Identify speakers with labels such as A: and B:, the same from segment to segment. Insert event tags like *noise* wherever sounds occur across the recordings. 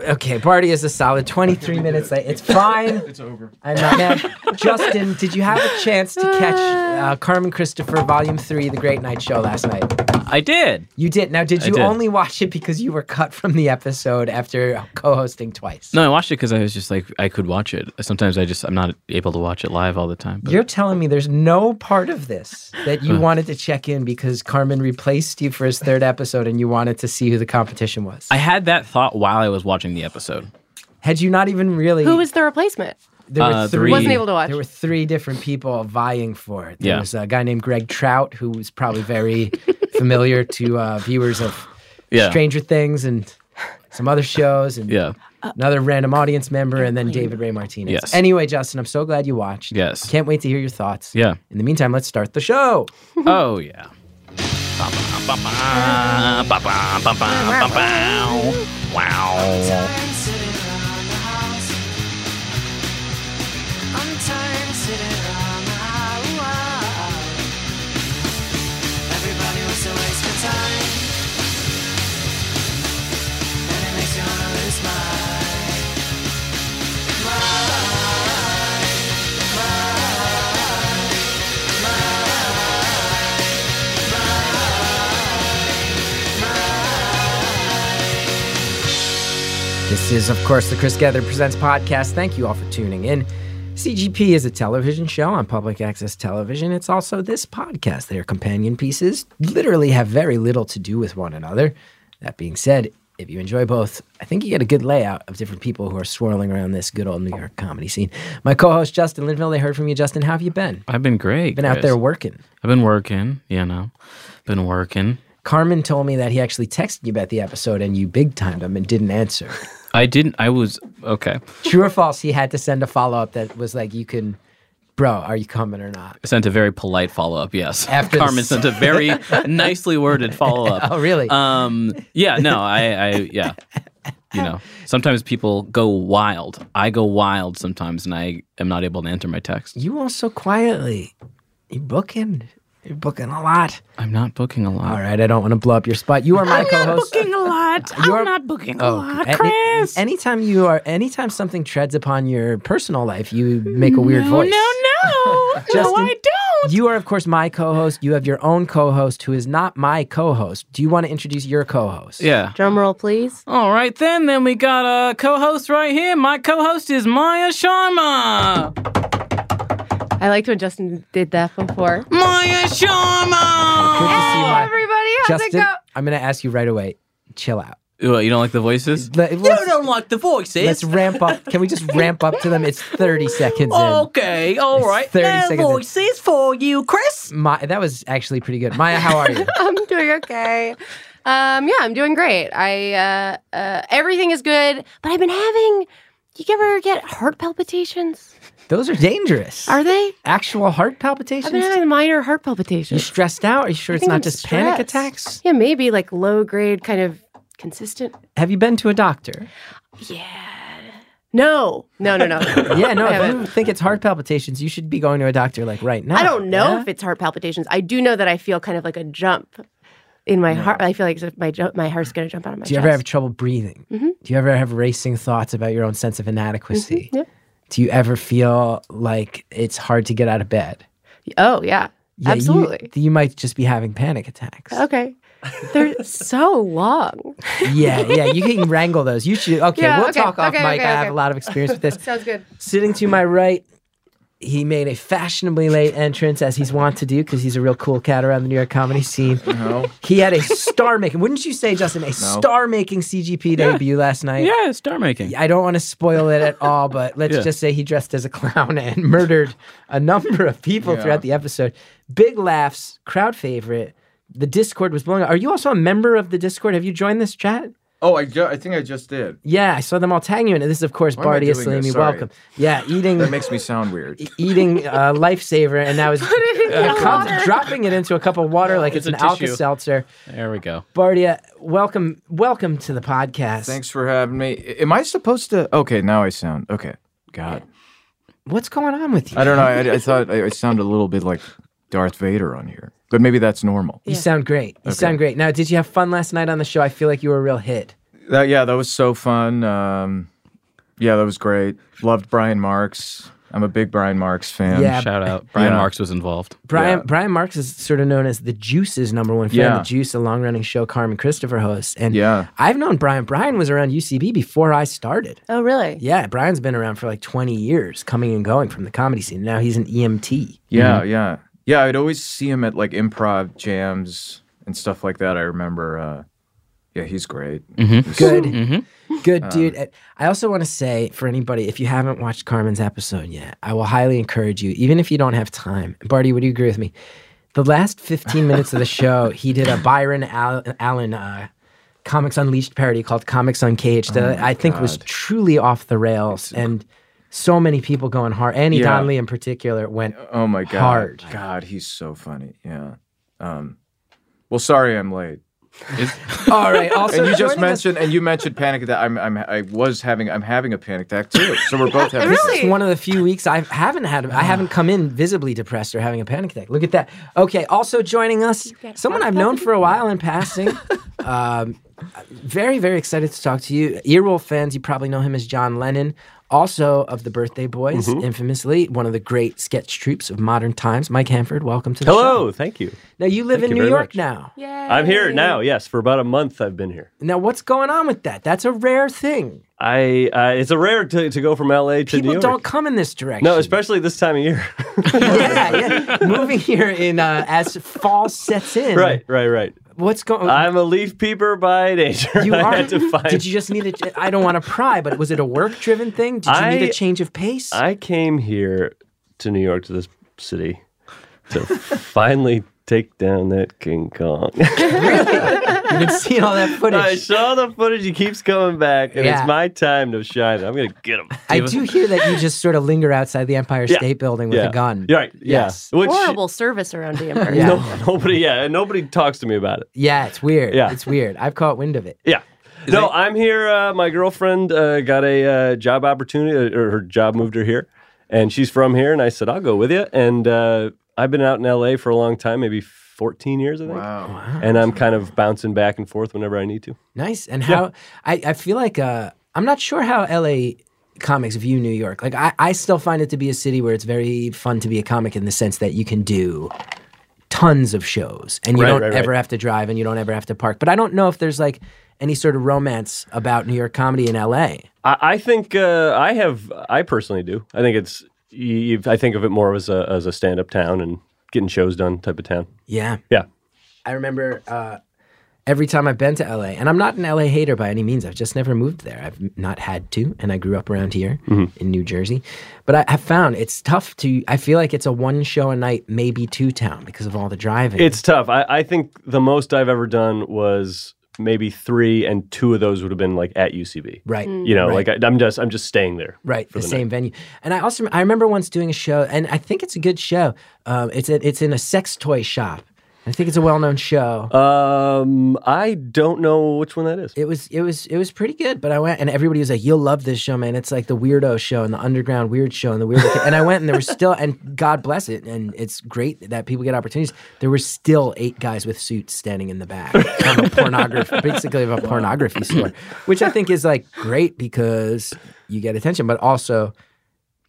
A: okay, party is a solid
B: *laughs*
A: 23 minutes late. It's fine.
B: It's over.
A: I'm not mad. Justin, did you have a chance to catch uh, Carmen Christopher Volume 3, The Great Night Show last night?
C: I did.
A: You did. Now, did
C: I
A: you
C: did.
A: only watch it because you were cut from the episode after co hosting twice?
C: No, I watched it because I was just like I could watch it. Sometimes I just I'm not able to watch it live all the time. But
A: You're telling me there's no part of this that you wanted to check in because Carmen replaced you for his third episode and you wanted to see who the competition was.
C: I had that thought while I was watching the episode.
A: Had you not even really?
D: Who was the replacement?
A: there
C: uh,
A: three.
D: Wasn't able to watch.
A: There were three different people vying for it. There
C: Yeah.
A: was a guy named Greg Trout who was probably
C: *laughs*
A: very familiar to uh, viewers of
C: Yeah.
A: Stranger Things and some other shows and
C: Yeah.
A: another random audience member and then David Ray Martinez.
C: Yes.
A: Anyway, Justin, I'm so glad you watched.
C: Yes.
A: Can't wait to hear your thoughts.
C: Yeah.
A: In the meantime, let's start the show.
C: *laughs* oh yeah.
E: tired of sitting around the house. I'm tired of sitting around the house. Everybody wants to waste my time, and it makes me wanna lose my.
A: This is, of course, the Chris Gether Presents podcast. Thank you all for tuning in. CGP is a television show on public access television. It's also this podcast. Their companion pieces literally have very little to do with one another. That being said, if you enjoy both, I think you get a good layout of different people who are swirling around this good old New York comedy scene. My co host, Justin Linville, they heard from you. Justin, how have you been?
C: I've been great.
A: Been out
C: Chris.
A: there working.
C: I've been working. You know, been working.
A: Carmen told me that he actually texted you about the episode and you big timed him and didn't answer.
C: I didn't. I was okay.
A: True or false? He had to send a follow up that was like, "You can, bro, are you coming or not?"
C: Sent a very polite follow up. Yes.
A: After
C: Carmen
A: this-
C: sent a *laughs* very nicely worded follow up.
A: Oh, really?
C: *laughs* Um. Yeah. No. I. I. Yeah. You know. Sometimes people go wild. I go wild sometimes, and I am not able to answer my text.
A: you also quietly, you booking, you're booking a lot.
C: I'm not booking a lot.
A: All right, I don't want to blow up your spot. You are my co-host.
C: a *laughs* lot.
A: You're-
C: booking
A: Oh, any- anytime you are, anytime something treads upon your personal life, you make a weird voice.
C: *laughs* no.
A: Justin, You are, of course, my co-host. You have your own co-host who is not my co-host. Do you want to introduce your co-host?
C: Yeah.
D: Drum roll, please.
C: All right, then. Then we got a co-host right here. My co-host is Maya Sharma.
D: I liked when Justin did that before.
C: Maya
A: Good to
C: Sharma.
A: see you,
D: Hey,
A: my
D: everybody, how's
A: Justin.
D: it go? *laughs*
A: I'm going to ask you right away. Chill out.
C: What, you don't like the voices?
A: Let-
C: You don't like the voices.
A: Let's ramp up. Can we just
D: *laughs*
A: ramp up to them? It's 30 seconds
D: Oh.
C: Okay, all
A: It's
C: right.
A: 30
C: Their
A: seconds in.
C: voices for you, Chris.
A: in. My, that was actually pretty good. Maya, how are
D: *laughs*
A: you?
D: I'm doing okay. Um, yeah, I'm doing great. I uh, uh, everything is good, but I've been having. You ever get heart palpitations?
A: Those are dangerous.
D: Are they?
A: actual heart
D: I've been
A: palpitations?
D: having minor heart
A: You
D: palpitations.
A: stressed out? Are you sure
D: I
A: it's
D: think
A: not
D: I'm
A: just panic
D: stressed.
A: attacks?
D: Yeah, maybe like low grade, kind of consistent.
A: Have you been to a
D: *laughs*
A: doctor?
D: Yeah. No, no, no, no.
A: *laughs* Yeah, no.
D: I
A: If
D: haven't.
A: you think it's heart palpitations, you should be going to a doctor like right now.
D: I don't know
A: yeah?
D: if it's heart palpitations. I do know that I feel kind of like a jump in my heart. I feel like as if my ju- my heart's gonna jump out of my
A: Do you
D: chest.
A: ever have trouble breathing?
D: Mm-hmm.
A: Do you ever have racing thoughts about your own sense of inadequacy?
D: yeah.
A: Do you ever feel like it's hard to get out of bed?
D: oh yeah,
A: Yeah, you- *laughs*
D: absolutely.
A: You, might just be having panic attacks.
D: Okay. They're so long.
A: yeah, yeah, you
D: *laughs*
A: can wrangle those. You should. Okay,
D: Yeah,
A: we'll
D: okay,
A: talk off
D: okay,
A: mic.
D: okay,
A: I have
D: okay.
A: a lot of experience with
D: *laughs*
A: this.
D: Sounds good.
A: Sitting to my right, he made a fashionably late entrance, as he's wont to do, because he's a real cool cat around the New York comedy scene.
B: No.
A: He had a star making, wouldn't you say, Justin, a star making CGP debut last night?
C: Yeah, star making.
A: I don't want to spoil it at all, but let's
C: Yeah.
A: just say he dressed as a clown *laughs* and murdered a number of people
B: Yeah.
A: throughout the episode. Big laughs, crowd favorite. The Discord was blowing up. Are you also a member of the Discord? Have you joined this chat?
B: Oh, I, ju- I think I just did.
A: Yeah, I saw them all tagging you, and this is of course
B: Why am I
A: Bardia
B: doing this?
A: Salimi.
B: Sorry.
A: Welcome.
B: *laughs*
A: Yeah, eating
B: That makes me sound weird.
A: *laughs* eating uh, lifesaver, and
D: *laughs*
A: now is
D: it in
A: uh,
D: the
A: cup-
D: water.
A: dropping it into a cup of water like it's,
C: it's
A: an
C: a tissue.
A: Alka Seltzer.
C: There we go.
A: Bardia, welcome, welcome to the podcast.
B: Thanks for having me. I- Am I supposed to? Okay, now I sound okay. God,
A: What's going on with you?
B: I don't know. I, I thought I, I sound a little bit like Darth Vader on here, but maybe that's normal.
A: You sound great. You sound great. Now, did you have fun last night on the show? I feel like you were a real hit.
B: That, yeah, that was so fun. Um, yeah, that was great. Loved Brian Marks. I'm a big Brian Marks fan.
A: Yeah.
C: Shout out. Brian
B: Yeah.
C: Marks was involved.
A: Brian
B: Yeah.
A: Brian Marks is sort of known as the Juice's number one fan.
B: Yeah.
A: The Juice, a long running show Carmen Christopher hosts, and
B: Yeah.
A: I've known Brian. Brian was around UCB before I started.
D: Oh, really?
A: Yeah, Brian's been around for like 20 years, coming and going from the comedy scene. Now he's an E EMT.
B: Yeah, yeah. Yeah, I'd always see him at like improv jams and stuff like that. I remember. Uh, yeah, he's great. He's-
A: Good,
C: Mhm.
B: Mm-hmm. Um,
A: good dude. Uh, I also want to say for anybody, if you haven't watched Carmen's episode yet, I will highly encourage you, even if you don't have time. Barty, would you agree with me? The last 15 minutes
B: *laughs*
A: of the show, he did a Byron Al- Allen uh, Comics Unleashed parody called Comics Uncaged
B: Oh
A: that I think was truly off the rails. And so many people going hard. Annie
B: Yeah.
A: Donnelly in particular went,
B: Oh my god.
A: Hard.
B: God, he's so funny. Yeah. Um, well, sorry I'm late.
C: Is-
A: all
B: *laughs*
A: right, also
B: and you just
A: joining us-
B: mentioned and you mentioned panic attack. I'm, I'm I was having I'm having a panic attack too. So we're both having.
D: Really?
A: It's one of the few weeks I haven't had. I haven't come in visibly depressed or having a panic attack. Look at that. Okay. Also joining us, someone I've known for a while in passing. um, very very excited to talk to you, Earwolf fans. You probably know him as John Lennon. Also of the Birthday Boys,
F: Mm-hmm.
A: infamously one of the great sketch troops of modern times. Mike Hanford, welcome to the show.
F: Hello, thank you.
A: Now you live
F: Thank
A: in
F: you
A: New
F: very
A: York
F: much.
A: now.
D: Yay.
F: I'm here now. Yes, for about a month I've been here.
A: Now what's going on with that? That's a rare thing.
F: I uh, it's a rare to, to go from LA to New
A: People
F: York.
A: don't come in this direction.
F: no, especially this time of year. *laughs*
A: *laughs* yeah, yeah. Moving here in uh, as fall sets in.
F: right, right, right.
A: What's going?
F: I'm a leaf peeper by nature.
A: you
F: *laughs* I
A: are.
F: had to find.
A: Did you just need a? I don't want to pry, but was it a work-driven thing? Did you need
F: I-
A: a change of pace?
F: I came here to New York to this city to *laughs* finally take down that King Kong. *laughs*
A: You've been seeing all that
F: I
A: footage.
F: saw the footage. He keeps coming back, and
A: Yeah.
F: it's my time to shine. I'm gonna get him.
A: I do hear that you just sort of linger outside the Empire
F: Yeah.
A: State Building with
F: yeah.
A: a gun.
F: Right. Yeah.
A: Yes.
F: Which
D: Horrible service
A: *laughs*
D: around Denver.
A: Yeah.
F: no, *laughs* nobody. Yeah, and nobody talks to me about it.
A: Yeah, it's weird.
F: Yeah.
A: It's weird. I've caught wind of it.
F: Yeah. no, I'm here. Uh, my girlfriend uh, got a uh, job opportunity, uh, or her job moved her here, and she's from here. And I said, I'll go with you. And uh, I've been out in LA for a long time, maybe 14 years, I think.
B: Wow.
F: And I'm kind of bouncing back and forth whenever I need to.
A: Nice. And how I, I feel like uh, I'm not sure how LA comics view New York. Like I, I still find it to be a city where it's very fun to be a comic in the sense that you can do tons of shows and you
F: Right,
A: don't
F: right, right.
A: ever have to drive and you don't ever have to park. But I don't know if there's like any sort of romance about New York comedy in LA.
F: I, I think uh, I have. I personally do. I think it's. You, you- I think of it more as a as a stand up town and getting shows done type of town.
A: Yeah.
F: Yeah.
A: I remember uh, every time I've been to LA, and I'm not an LA hater by any means. I've just never moved there. I've not had to, and I grew up around here in New Jersey. But I have found it's tough to. I feel like it's a one show a night, maybe two town because of all the driving.
F: It's tough. I, I think the most I've ever done was maybe three, and two of those would have been like at UCB.
A: right.
F: you know
A: Right.
F: like I, i'm just i'm just staying there
A: Right, the,
F: Mm. the
A: same venue, and I also I remember once doing a show, and I think it's a good show. Um, it's a, it's in a sex toy shop. I think it's a well known show.
F: um i don't know which one that is *laughs*
A: it was it was it was pretty good but i went and everybody was like you'll love this show man it's like the weirdo show and the underground weird show and the weird *laughs* and i went and there was still and god bless it and it's great that people get opportunities there were still eight guys with suits standing in the back of
F: *laughs*
A: a pornography basically of a pornography store which i think is like great because you get attention but also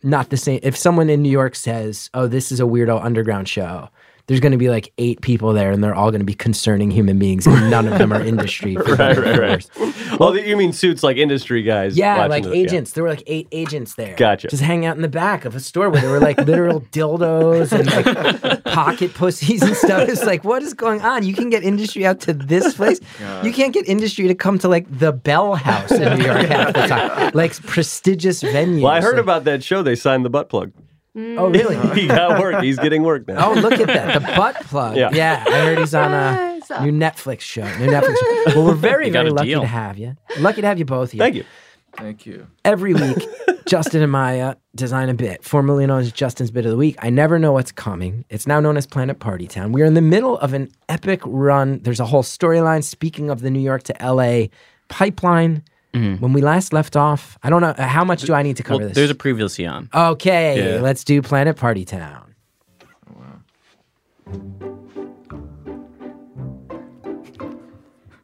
A: not the same if someone in new york says oh this is a weirdo underground show there's going to be like eight people there, and they're all going to be concerning human beings, and none of them are industry.
F: *laughs*
A: for
F: right
A: better or
F: right
A: worse.
F: right well you mean suits like industry guys
A: Yeah,
F: watching
A: like
F: the- yeah.
A: agents. There were like eight agents there.
F: Gotcha.
A: Just hang out in the back of a store where there were like
F: *laughs*
A: literal dildos and like pocket pussies and stuff. It's like, what is going on? You can get industry out to this place. You can't get industry to come to like the Bell House in New York half the time. Like prestigious venues.
F: well i heard
A: Like,
F: about that show they signed the butt plug *laughs*
A: Oh really?
F: he got work he's getting work
A: *laughs*
F: now
A: Oh, look at that. The butt plug. Yeah.
F: Yeah.
A: I heard he's on a
D: Yes.
A: new Netflix show. New Netflix show.
F: *laughs*
A: Well, we're very,
C: You got
A: very
C: a
A: lucky
C: deal.
A: to have you. Lucky to have you both here.
F: thank you
B: Thank you.
A: every week,
C: *laughs*
A: Justin and Maya design a bit, formerly known as Justin's Bit of the Week. I never know what's coming. It's now known as Planet Party Town. We are in the middle of an epic run. There's a whole storyline. Speaking of the New York to LA pipeline, when we last left off, I don't know uh, how much do I need to cover
C: Mm-hmm. well,
A: this.
C: there's a previous Jan.
A: okay,
C: Yeah.
A: let's do Planet Party Town.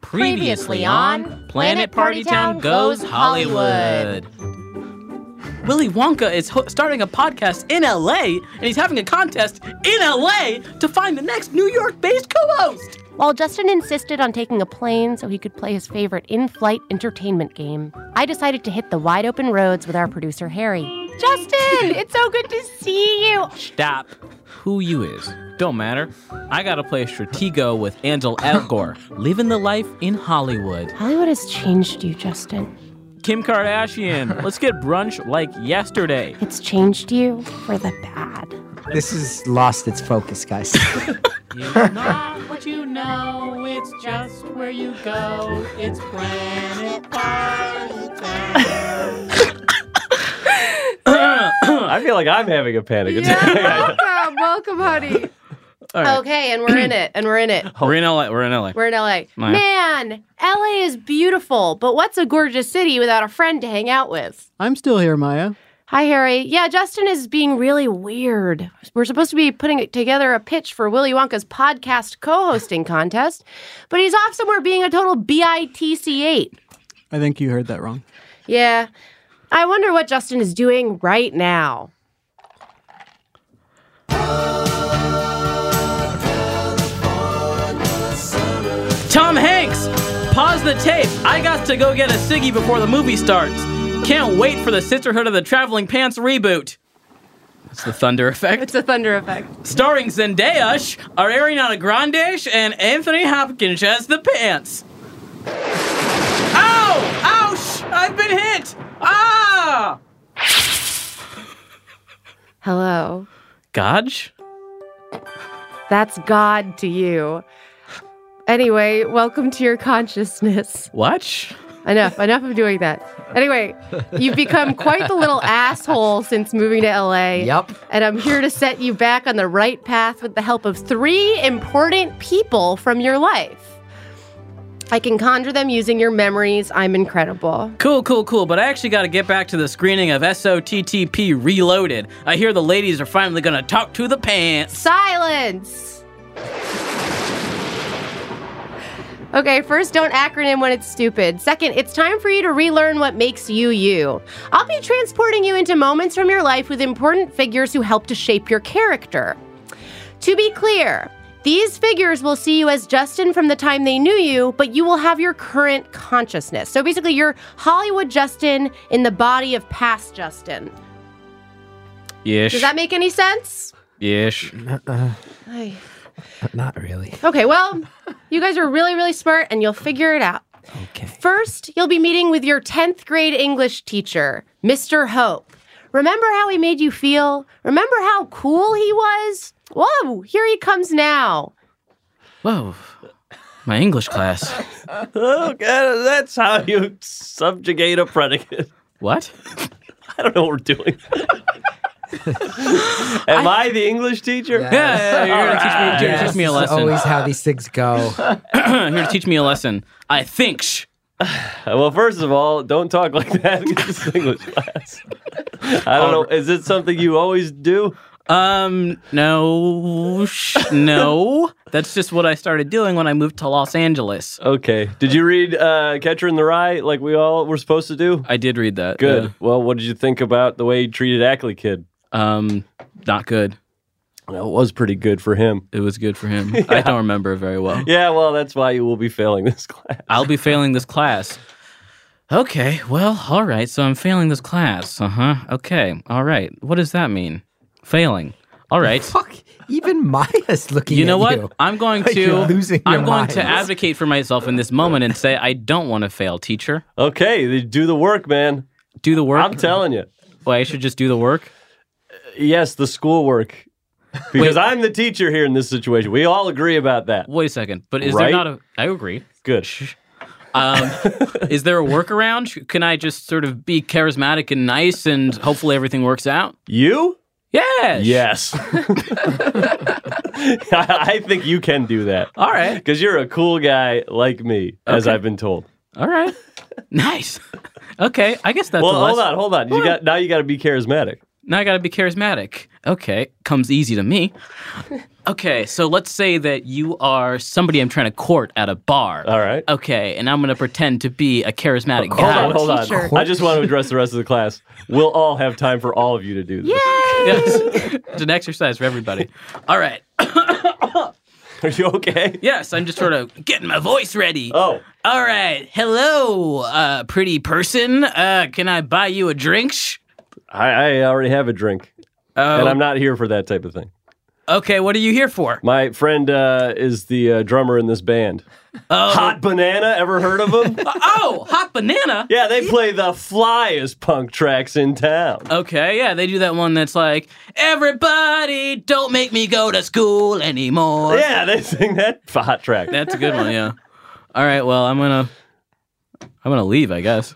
C: Previously on Planet Party Town Goes Hollywood. Willy Wonka is ho- starting a podcast in LA and he's having a contest in LA to find the next New York based co host.
D: While Justin insisted on taking a plane so he could play his favorite in flight entertainment game, I decided to hit the wide open roads with our producer, Harry. Justin, it's so good to see you.
C: Stop. Who you is. Don't matter. I gotta play Stratego with Angel Elgore, living the life in Hollywood.
D: Hollywood has changed you, Justin.
C: Kim Kardashian, let's get brunch like yesterday.
D: It's changed you for the bad.
A: This has lost its focus, guys.
C: You not what you know, it's just where you go. It's Planet
F: I feel like I'm having a panic attack. *laughs*
D: Yeah, welcome, welcome, honey.
C: right.
D: Okay, and we're in it, and we're in it.
C: We're in LA. We're in LA.
D: We're in LA.
C: Yeah.
D: Man, LA is beautiful, but what's a gorgeous city without a friend to hang out with?
G: I'm still here, Maya.
D: Hi, Harry. Yeah, Justin is being really weird. We're supposed to be putting together a pitch for Willy Wonka's podcast co hosting contest, but he's off somewhere being a total BITC8.
G: I think you heard that wrong.
D: Yeah. I wonder what Justin is doing right now.
C: Tom Hanks, pause the tape. I got to go get a ciggy before the movie starts. Can't wait for the Sisterhood of the Traveling Pants reboot. That's the thunder effect.
D: It's a thunder effect.
C: Starring Zendaya, our Ariana Grande, and Anthony Hopkins as the pants. Ow! Ouch! I've been hit! Ah!
D: Hello.
C: Godge?
D: That's God to you. Anyway, welcome to your consciousness.
C: What?
D: Enough, enough of doing that. Anyway, you've become quite the little asshole since moving to LA.
A: Yup.
D: And I'm here to set you back on the right path with the help of three important people from your life. I can conjure them using your memories. I'm incredible.
C: Cool, cool, cool. But I actually got to get back to the screening of SOTTP Reloaded. I hear the ladies are finally going to talk to the pants.
D: Silence! Okay, first, don't acronym when it's stupid. Second, it's time for you to relearn what makes you you. I'll be transporting you into moments from your life with important figures who help to shape your character. To be clear, these figures will see you as Justin from the time they knew you, but you will have your current consciousness. So basically, you're Hollywood Justin in the body of past Justin.
C: Yes.
D: Does that make any sense?
C: yes.
D: Ay.
A: *laughs* Not really.
D: Okay, well, you guys are really, really smart and you'll figure it out.
A: Okay.
D: First, you'll be meeting with your 10th grade English teacher, Mr. Hope. Remember how he made you feel? Remember how cool he was? Whoa, here he comes now.
C: Whoa. My English class.
F: Oh, God, that's how you subjugate a predicate. *laughs*
C: What?
F: I don't know what we're doing. *laughs* Am I, the English teacher?
A: Yeah.
C: Yeah, *laughs* yeah, yeah, you're going to teach me, you're gonna
A: Yes,
C: teach me a
A: this is
C: lesson. *clears throat*
A: Always how these things
C: *laughs*
A: go.
C: you're going to teach me a lesson. I think. Shh.
F: Uh, Well, first of all, don't talk like that. It's English class. I don't know. Is it something you always do?
C: Um, no. Sh- no. That's just what I started doing when I moved to Los Angeles.
F: Okay. Did you read uh, Catcher in the Rye like we all were supposed to do?
C: I did read that.
F: Good. Well, what did you think about the way he treated Ackley Kid?
C: yeah. Um, not good.
F: Well, it was pretty good for him.
C: It was good
A: *laughs*
C: for him. I don't remember it very well.
F: Yeah, well, that's why you will be failing this *laughs* class.
C: I'll be failing this class. Okay, well, all right. So I'm failing this class. Uh huh. Okay, all right. What does that mean? Failing. All
A: *laughs*
C: right.
A: Fuck. Even Maya's looking.
C: You know
A: at
C: what?
A: You.
C: I'm going
A: Like
C: to
A: you're losing your
C: I'm going to
A: minds.
C: advocate for myself in this moment and say I don't want to fail, teacher.
F: Okay, they do the work, man.
C: Do the work.
F: I'm telling you.
C: Wait, I should just do the work.
F: Yes, the schoolwork. Because I'm the teacher here in this situation. We all agree about that.
C: Wait a second. But is
F: Right?
C: there not a I agree.
F: Good. *laughs*
C: Um, is there a workaround? Sh- Can I just sort of be charismatic and nice and hopefully everything works out?
F: You?
C: Yes. *laughs*
F: Yes. *laughs* I I think you can do that.
C: All right.
F: Because you're a cool guy like me, as I've been told.
C: All right. nice. Okay. I guess that's
F: Well,
C: a
F: hold
C: lesson.
F: on, hold on. You got now. You got to be charismatic.
C: Now I got to be charismatic. Okay. Comes easy to me. Okay, so let's say that you are somebody I'm trying to court at a bar.
F: All right.
C: Okay, and I'm going to pretend to be a charismatic
F: Hold
C: guy.
F: on, hold on.
D: T-shirt.
F: I just want to address the rest of the class. We'll all have time for all of you to do this.
D: Yay!
C: Yes. *laughs* it's an exercise for everybody. All right.
F: *laughs* Are you okay?
C: Yes, I'm just sort of getting my voice ready.
F: Oh.
C: All right. Hello, uh, pretty person. Uh, can I buy you a drink? Sh-
F: I, I already have a drink,
C: Oh,
F: and I'm not here for that type of thing.
C: okay, what are you here for?
F: My friend uh, is the uh, drummer in this band. Hot Banana, ever heard
C: *laughs*
F: of them?
C: Um, oh, hot
F: *laughs*
C: banana.
F: yeah, they play the flyest punk tracks in town.
C: Okay, yeah, they do that one that's like, everybody, don't make me go to school anymore.
F: Yeah, they sing that f- hot track.
C: That's a good one, yeah. All right, well, I'm gonna, I'm gonna leave, I guess.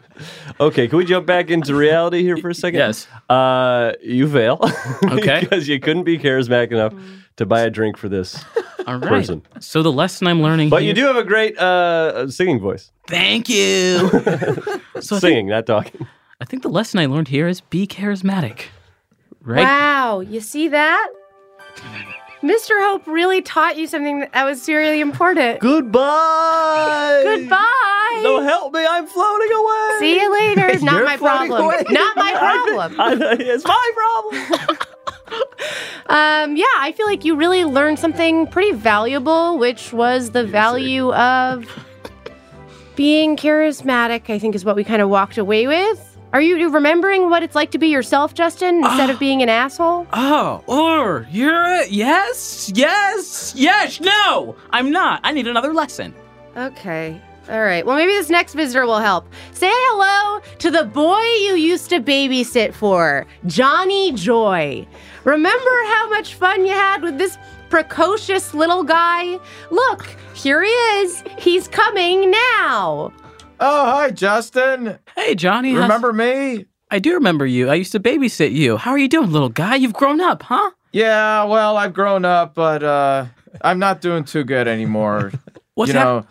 F: Okay, can we jump back into reality here for a second?
C: Yes.
F: Uh, you fail. *laughs*
C: Okay.
F: because you couldn't be charismatic enough to buy a drink for this.
C: All right.
F: Person.
C: So the lesson I'm learning.
F: But
C: here-
F: you do have a great uh, singing voice.
C: Thank
F: *laughs*
C: you. so I think,
F: Singing, not talking.
C: I think the lesson I learned here is be charismatic, right?
D: Wow, you see that? Mr. Hope really taught you something that was really important.
F: *laughs* Goodbye.
D: Goodbye.
F: No, help me! I'm floating away.
D: See you later. It's not
A: You're
D: my
A: floating
D: problem.
A: away.
D: Not my problem.
F: I- it's my problem.
D: *laughs* Um, yeah, I feel like you really learned something pretty valuable, which was the value of being charismatic, I think is what we kind of walked away with. Are you remembering what it's like to be yourself, Justin, instead of being an asshole?
C: Oh, or you're a, yes, yes, yes. No, I'm not. I need another lesson.
D: Okay. All right. Well, maybe this next visitor will help. Say hello to the boy you used to babysit for, Johnny Joy. Remember how much fun you had with this precocious little guy? Look, here he is. He's coming now.
B: Oh, hi, Justin.
C: Hey, Johnny. how's-
B: Remember me?
C: I do remember you. I used to babysit you. How are you doing, little guy? You've grown up, huh?
B: Yeah, well, I've grown up, but uh, I'm not doing too good anymore.
C: What's
B: you know,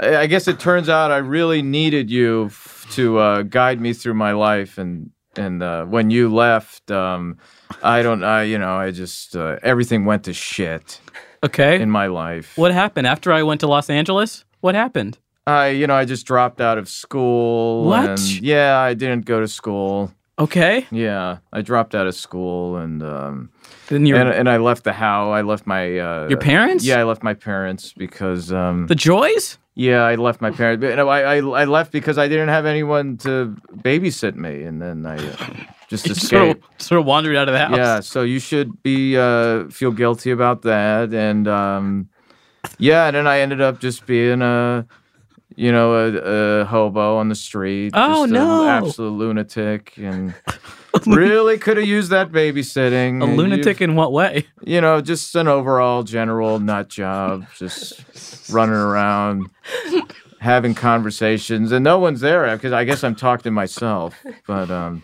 B: I I guess it turns out I really needed you f- to uh, guide me through my life, and and uh, when you left, um, I don't, I you know, I just uh, everything went to shit
C: Okay.
B: in my life.
C: what happened after I went to Los Angeles? What happened?
B: I you know I just dropped out of school.
C: What?
B: and- yeah, I didn't go to school.
C: Okay.
B: Yeah, I dropped out of school and um,
C: Then your
B: and, and I left the how I left my uh,
C: your parents?
B: Yeah, I left my parents because um,
C: The Joys?
B: yeah, I left my parents. But, no, I, I I left because I didn't have anyone to babysit me, and then I
C: *laughs*
B: uh, just
C: You Sort of,
B: escaped.
C: sort of wandered out of the house.
B: Yeah, so you should be uh, feel guilty about that, and um, yeah, and then I ended up just being a you know a, a hobo on the street.
C: Oh,
B: just a
C: no.
B: absolute lunatic,
C: *laughs*
B: and really could have used that babysitting.
C: A
B: and
C: lunatic
B: you've-
C: in what way? *laughs*
B: you know, just an overall general nut job, just running around, having conversations, and no one's there because I guess I'm talking to myself. But um,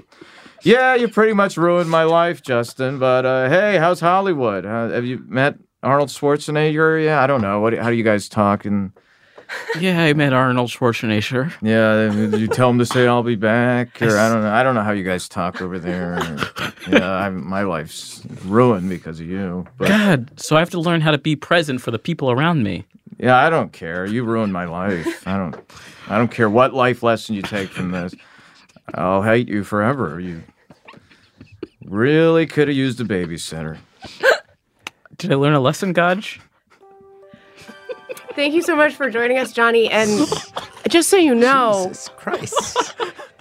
B: yeah, you pretty much ruined my life, Justin. But uh, hey, how's Hollywood? Uh, have you met Arnold Schwarzenegger? Yeah, I don't know. What? How do you guys talk? And
C: Yeah, I met Arnold Schwarzenegger.
B: yeah, you tell him to say I'll be back, or I don't know. I don't know how you guys talk over there. yeah, I'm, my life's ruined because of you. But.
C: God, so I have to learn how to be present for the people around me.
B: Yeah, I don't care. You ruined my life. I don't I don't care what life lesson you take from this. I'll hate you forever. You really could have used a babysitter.
C: Did I learn a lesson, Godge?
D: Thank you so much for joining us, Johnny.
G: *laughs*
D: And just so you know, Uh,
G: Jesus Christ.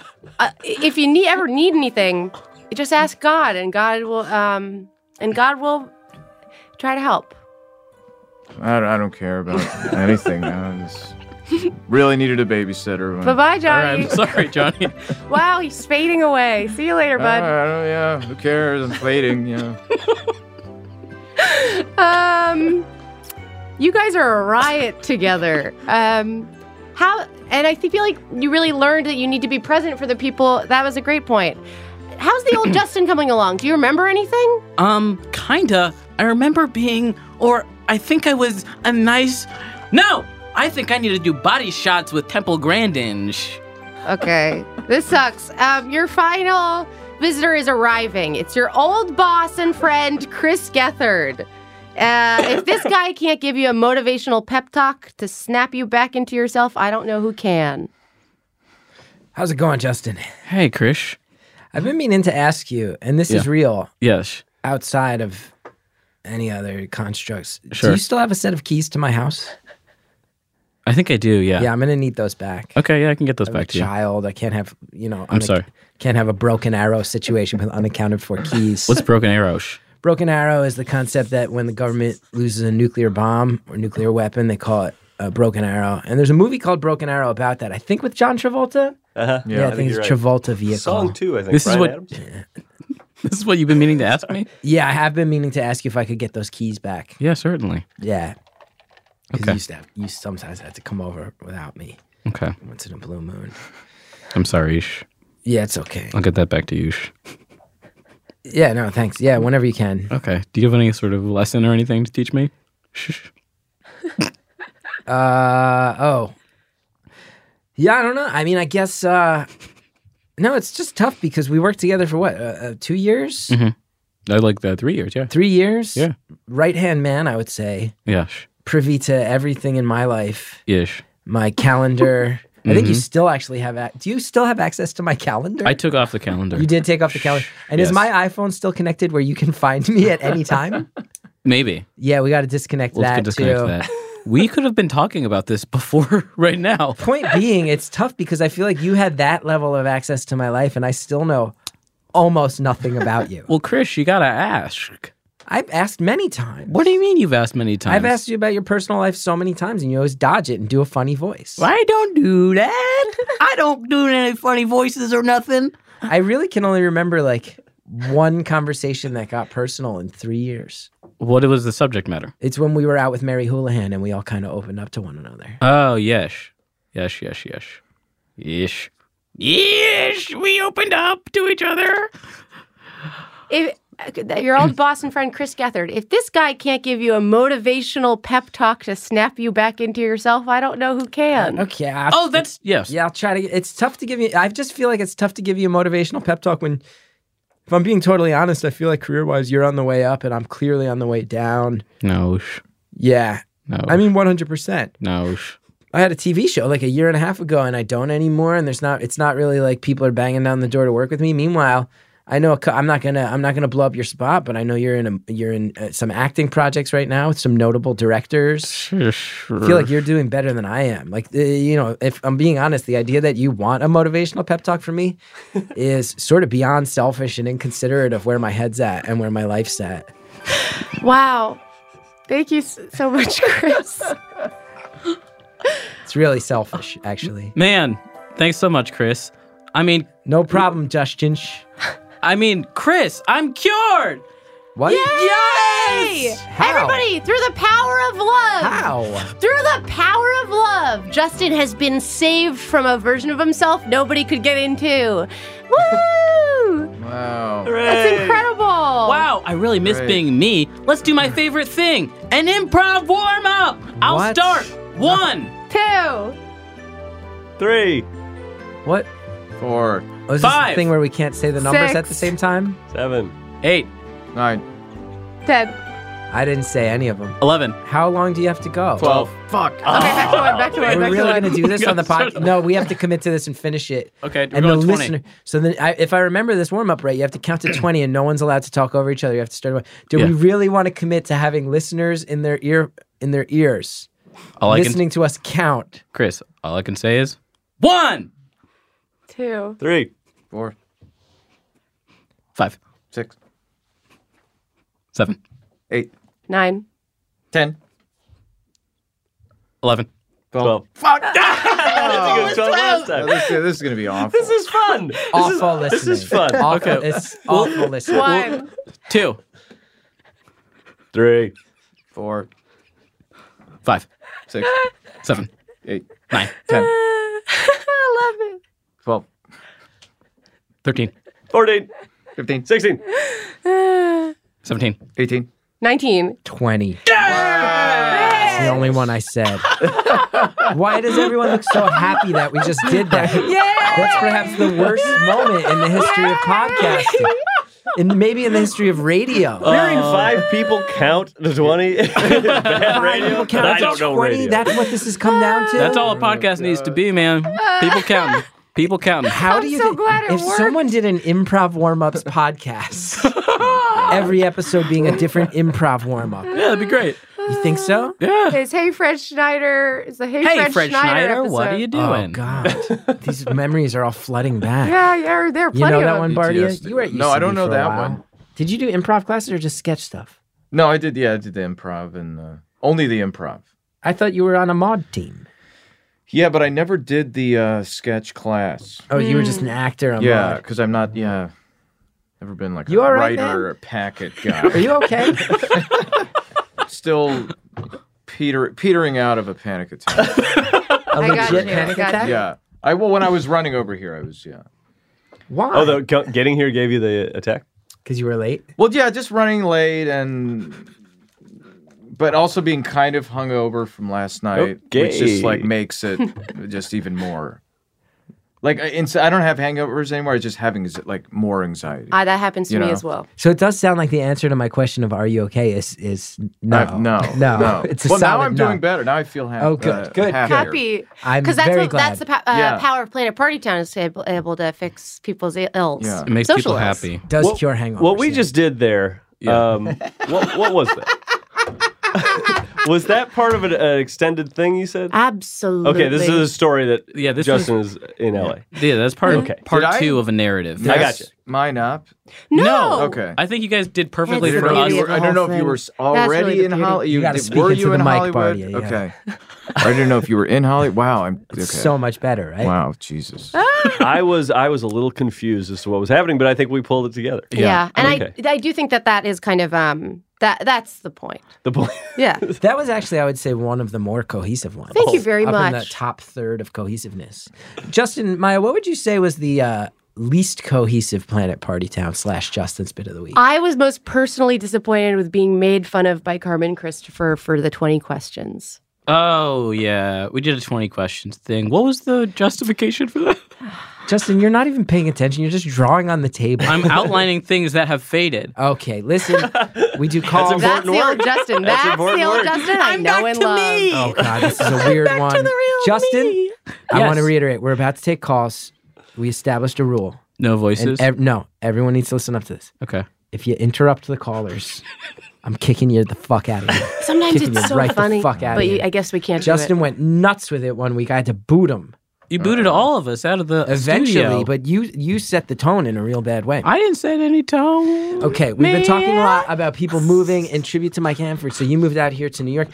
D: *laughs* if you need, ever need anything, just ask God, and God will um, and God will try to help.
B: I don't, I don't care about anything now. I just really needed a babysitter. when-
D: Bye bye,
C: All
D: Johnny.
C: right, I'm sorry, Johnny.
D: Wow, he's fading away. See you later,
B: I
D: bud.
B: don't, yeah, who cares? I'm fading. Yeah.
D: Um, you guys are a riot together. Um, how? And I feel like you really learned that you need to be present for the people. That was a great point. How's
C: *clears throat*
D: the old Justin coming along? Do you remember anything?
C: *laughs* Um, kinda. I remember being, or I think I was a nice. No! I think I need to do body shots with Temple Grandin. Shh.
D: Okay, this sucks. Um, your final visitor is arriving. It's your old boss and friend, Chris Gethard. Uh, if this guy can't give you a motivational pep talk to snap you back into yourself, I don't know who can.
A: How's it going, Justin?
C: Hey, Krish.
A: I've been meaning to ask you, and this is real
C: Yes.
A: outside of any other constructs.
C: Sure.
A: Do you still have a set of keys to my house?
C: I think I do, yeah.
A: Yeah, I'm gonna need those back.
C: Okay, yeah, I can get those
A: I'm
C: back
A: a
C: to you.
A: child. I can't have you know. unac-
C: sorry.
A: Can't have a broken arrow situation with unaccounted for keys.
C: What's Broken Arrows?
A: broken arrow is the concept that when the government loses a nuclear bomb or nuclear weapon, they call it a broken arrow. And there's a movie called Broken Arrow about that. I think with John Travolta.
F: Uh-huh.
A: Yeah, I, think,
F: you're
A: it's
F: right.
A: Travolta vehicle.
F: Song two, I think.
C: This is
F: Bryan
C: what-
F: Adams?
C: *laughs* This is what you've been meaning to ask me?
A: Yeah, I have been meaning to ask you if I could get those keys back.
C: *laughs* Yeah, certainly.
A: Yeah. 'Cause
C: Okay.
A: You used to have, you sometimes had to come over without me
C: Okay.
A: once in a blue moon.
C: I'm sorry, Ish.
A: Yeah, it's okay.
C: I'll get that back to you. Ish.
A: Yeah, no, thanks. Yeah, whenever you can.
C: Okay. Do you have any sort of lesson or anything to teach me? Shh.
A: Uh oh. Yeah, I don't know. I mean, I guess uh no, it's just tough because we worked together for what? Uh, uh, 2 years?
C: I like the three years, yeah.
A: 3 years?
C: Mm-hmm. Yeah.
A: Right-hand man, I would say.
C: Yeah. Shh.
A: Privy to everything in my life.
C: Ish.
A: My
C: *laughs*
A: calendar. I think you
C: Mm-hmm.
A: still actually have ac Do you still have access to my calendar?
C: I took off the calendar.
A: you did take off the calendar. And is
C: Yes.
A: my iPhone still connected where you can find me at any
C: *laughs*
A: time?
C: Maybe.
A: yeah, we got to disconnect
C: We'll
A: that
C: disconnect
A: too.
C: that. *laughs* We could have been talking about this before *laughs* right now.
A: point being, it's tough because I feel like you had that level of access to my life, and I still know almost nothing about
C: *laughs*
A: you.
C: Well, Chris, you gotta ask.
A: I've asked many times.
C: What do you mean you've asked many times?
A: I've asked you about your personal life so many times, and you always dodge it and do a funny voice.
C: I don't do that. *laughs* I don't do any funny voices or nothing.
A: I really can only remember like one conversation that got personal in three years.
C: What was the subject matter?
A: It's when we were out with Mary Houlihan and we all kind of opened up to one another.
C: Oh, yes. Yes, yes, yes. Yes. Yes, we opened up to each other.
D: If uh, your old Boston friend Chris Gethard, if this guy can't give you a motivational pep talk to snap you back into yourself, I don't know who can.
A: Okay. I'll-
C: Oh, that's yes.
A: Yeah, I'll try to. It's tough to give you. I just feel like it's tough to give you a motivational pep talk when, if I'm being totally honest, I feel like career wise, you're on the way up and I'm clearly on the way down.
C: No, sh-
A: Yeah.
C: no.
A: I mean, 100%.
C: no. sh-
A: I had a TV show like a year and a half ago and I don't anymore. And there's not, it's not really like people are banging down the door to work with me. Meanwhile, I know a cou- I'm not gonna I'm not gonna blow up your spot, but I know you're in a, you're in uh, some acting projects right now with some notable directors. I feel like you're doing better than I am. Like, uh, you know, if I'm being honest, the idea that you want a motivational pep talk from me is sort of beyond selfish and inconsiderate of where my head's at and where my life's at.
D: Wow. Thank you s- so much, Chris.
A: It's really selfish, actually.
C: Man, thanks so much, Chris. I mean,
A: No problem, Justin. Shh.
C: I mean, Chris, I'm cured.
A: What?
C: Yes.
A: How?
D: Everybody, through the power of love.
A: How?
D: Through the power of love, Justin has been saved from a version of himself nobody could get into. Woo!
B: Wow.
D: That's incredible.
C: Wow, I really miss
B: Great.
C: being me. Let's do *laughs* my favorite thing an improv warm up. I'll
A: What?
C: start. One,
D: Two.
F: Three,
A: What?
B: Four,
A: Oh, is this the
C: Five.
A: thing where we can't say the numbers at the
D: Six.
A: same time?
F: seven,
C: eight,
B: nine,
D: Ten.
A: I didn't say any of them.
C: 11.
A: How long do you have to go?
B: twelve.
C: Fuck.
D: Okay, back to one, back to
A: Are
D: one,
A: we
D: back
A: really
D: to
A: going to
D: one.
A: do this on the
C: Start
A: podcast? No, we have to commit to this and finish it.
C: Okay, we're
A: and the
C: going 20.
A: listener. So then, I, if I remember this warm up right, you have to count to twenty, and no one's allowed to talk over each other. You have to start. over. Do
C: Yeah.
A: we really want to commit to having listeners in their ear in their ears
C: All I can,
A: listening to us count?
C: Chris, all I can say is one,
D: Two.
F: three,
B: Four,
C: five,
B: six,
C: seven,
B: eight,
D: Nine.
B: ten,
C: 11.
B: twelve.
F: twelve. Fuck! That's a good twelve last
B: Oh,
F: time.
B: this, this is going to be awful.
F: This is fun. This
A: awful
F: is,
A: listening.
F: This is fun.
A: Awful, It's awful listening.
D: One. *laughs*
C: Two,
F: Three,
B: Four,
C: five,
B: six,
C: seven,
B: eight,
C: nine,
B: ten,
D: I love it.
B: twelve,
C: 13,
F: 14,
B: fifteen,
F: 16.
C: 17.
B: eighteen.
D: 19.
A: Twenty. That's the only one I said. Why does everyone look so happy that we just did that?
D: Yeah.
A: That's perhaps the worst moment in the history of podcasting. in maybe in the history of radio.
F: Hearing five people count the 20 is bad Oh, radio.
A: People count
F: I
A: to
F: don't know
A: 20,
F: radio.
A: That's what this has come down to.
C: That's all a podcast needs to be, man. People counting. Oh, *laughs* People counting.
A: How do
D: I'm
A: you
D: so
A: think
D: glad it
A: if
D: worked.
A: someone did an improv warm
D: *laughs*
A: ups podcast, every episode being a different improv warm up?
C: Yeah, that'd be great.
A: You think so?
D: It's Hey Fred Schneider. It's the Hey,
C: Hey,
D: Fred,
C: Fred
D: Schneider,
C: Schneider,
D: episode.
C: what are you
A: Oh
C: doing?
A: God, these memories are all flooding back.
D: Yeah, yeah, there are
A: You
D: plenty
A: know
D: of
A: that one,
D: them.
A: Bardia?
B: PTSD.
A: You were at
B: No, I
A: UCB
B: don't know
A: for a
B: that
A: while.
B: one.
A: Did you do improv classes or just sketch stuff?
B: No, I did. Yeah, I did the improv and uh, only the improv.
A: I thought you were on a mod team.
B: Yeah, but I never did the uh, sketch class.
A: Oh, you were just
D: Hmm.
A: an actor on
B: Yeah,
A: mod.
B: because I'm not. Yeah, never been like
A: You
B: a
A: all right,
B: writer
A: man?
B: or
A: *laughs*
B: packet
A: Are
B: guy.
A: you
B: *laughs*
A: okay?
B: Still peter petering out of a
A: *laughs*
B: panic attack.
A: A
D: I got
A: legit
D: you,
A: panic
D: got
A: attack?
D: you.
B: yeah, I well when I was running over here, I was yeah.
A: Why?
F: Oh, the, go- getting here gave you the attack?
A: Because you were late.
B: Well, yeah, just running late and. But also being kind of hungover from last night, which just like
F: Okay.
B: makes it *laughs* just even more. Like, I- ins- I don't have hangovers anymore. I just having like more anxiety.
D: Ah, that happens to
B: You
D: me
B: know.
D: as well.
A: So it does sound like the answer to my question of "Are you okay?" is is no,
B: I've- no,
A: *laughs* no.
B: no,
A: It's a
B: well, now
A: solid
B: I'm
A: no.
B: doing better. Now I feel uh, happy.
A: Oh, good, good,
D: Happy.
A: I'm
D: Because that's
A: very
D: what,
A: glad.
D: that's the pa- uh,
B: Yeah.
D: power of Planet Party Town is able, able to fix people's ills.
B: Yeah.
H: It makes
D: Social
H: people
D: ills.
H: happy.
A: does
F: What-
A: cure hangovers.
F: What we
A: yeah.
F: just did there,
H: Yeah.
F: um, what, what was that? was that *laughs* part of an, an extended thing you said?
D: Absolutely.
F: Okay, this is a story that
H: Yeah, this
F: Justin is in LA.
H: Yeah, that's part
F: Okay.
H: of part
B: Did I-
H: two of a narrative.
F: I got you.
B: Mine up.
D: no.
B: Okay.
H: I think you guys did perfectly
D: It's
B: I
H: for
B: don't
D: the
B: know
H: us.
B: if
D: beauty
B: you
D: of
B: were- I don't know if you were s- already
D: really the
B: in
D: beauty.
B: Hollywood.
A: You gotta speak
B: were
A: into
B: you
A: the
B: in
A: mic,
B: Hollywood?
A: Bardia, yeah.
B: Okay. I didn't know if you were in Hollywood. Wow. I'm okay.
A: It's so much better, right?
B: wow. Jesus.
F: I was I was a little confused as to what was happening, but I think we pulled it together.
D: Yeah. And
F: Okay.
D: I, I do think that that is kind of, um, that that's the point.
F: The point.
D: Yeah.
A: That was actually, I would say, one of the more cohesive ones.
D: Thank you very
A: Up
D: much.
A: In the top third of cohesiveness, Justin Maya, what would you say was the uh, least cohesive Planet Party Town slash Justin's bit of the week?
D: *laughs* I was most personally disappointed with being made fun of by Carmen Christopher for the 20 questions.
H: Oh yeah, we did a twenty questions thing. What was the justification for that?
A: Justin, you're not even paying attention. You're just drawing on the table.
H: *laughs* I'm outlining things that have faded.
A: okay, listen. We do calls.
F: important
D: That's the old
F: word.
D: Justin. That's, the
F: important
D: old
F: word.
D: Justin I know and love.
A: Oh God, this is a weird one. Justin, I
H: Yes.
A: want to reiterate: we're about to take calls. We established a rule,
H: No voices.
A: and ev- no, everyone needs to listen up to this.
H: okay.
A: If you interrupt the
H: *laughs*
A: callers, I'm kicking you the fuck out of here.
D: Sometimes
A: Kicking
D: it's
A: you
D: so
A: right the
D: funny,
A: fuck outta
D: but you,
A: here.
D: I guess we can't.
A: Justin
D: do
A: went nuts with it one week. I had to boot him
H: You booted all of us out of the
A: eventually,
H: studio.
A: but you you set the tone in a real bad way.
H: I didn't set any tone.
A: Okay, we've been talking a lot about people moving and tribute to Mike Hanford. So you moved out here to New York.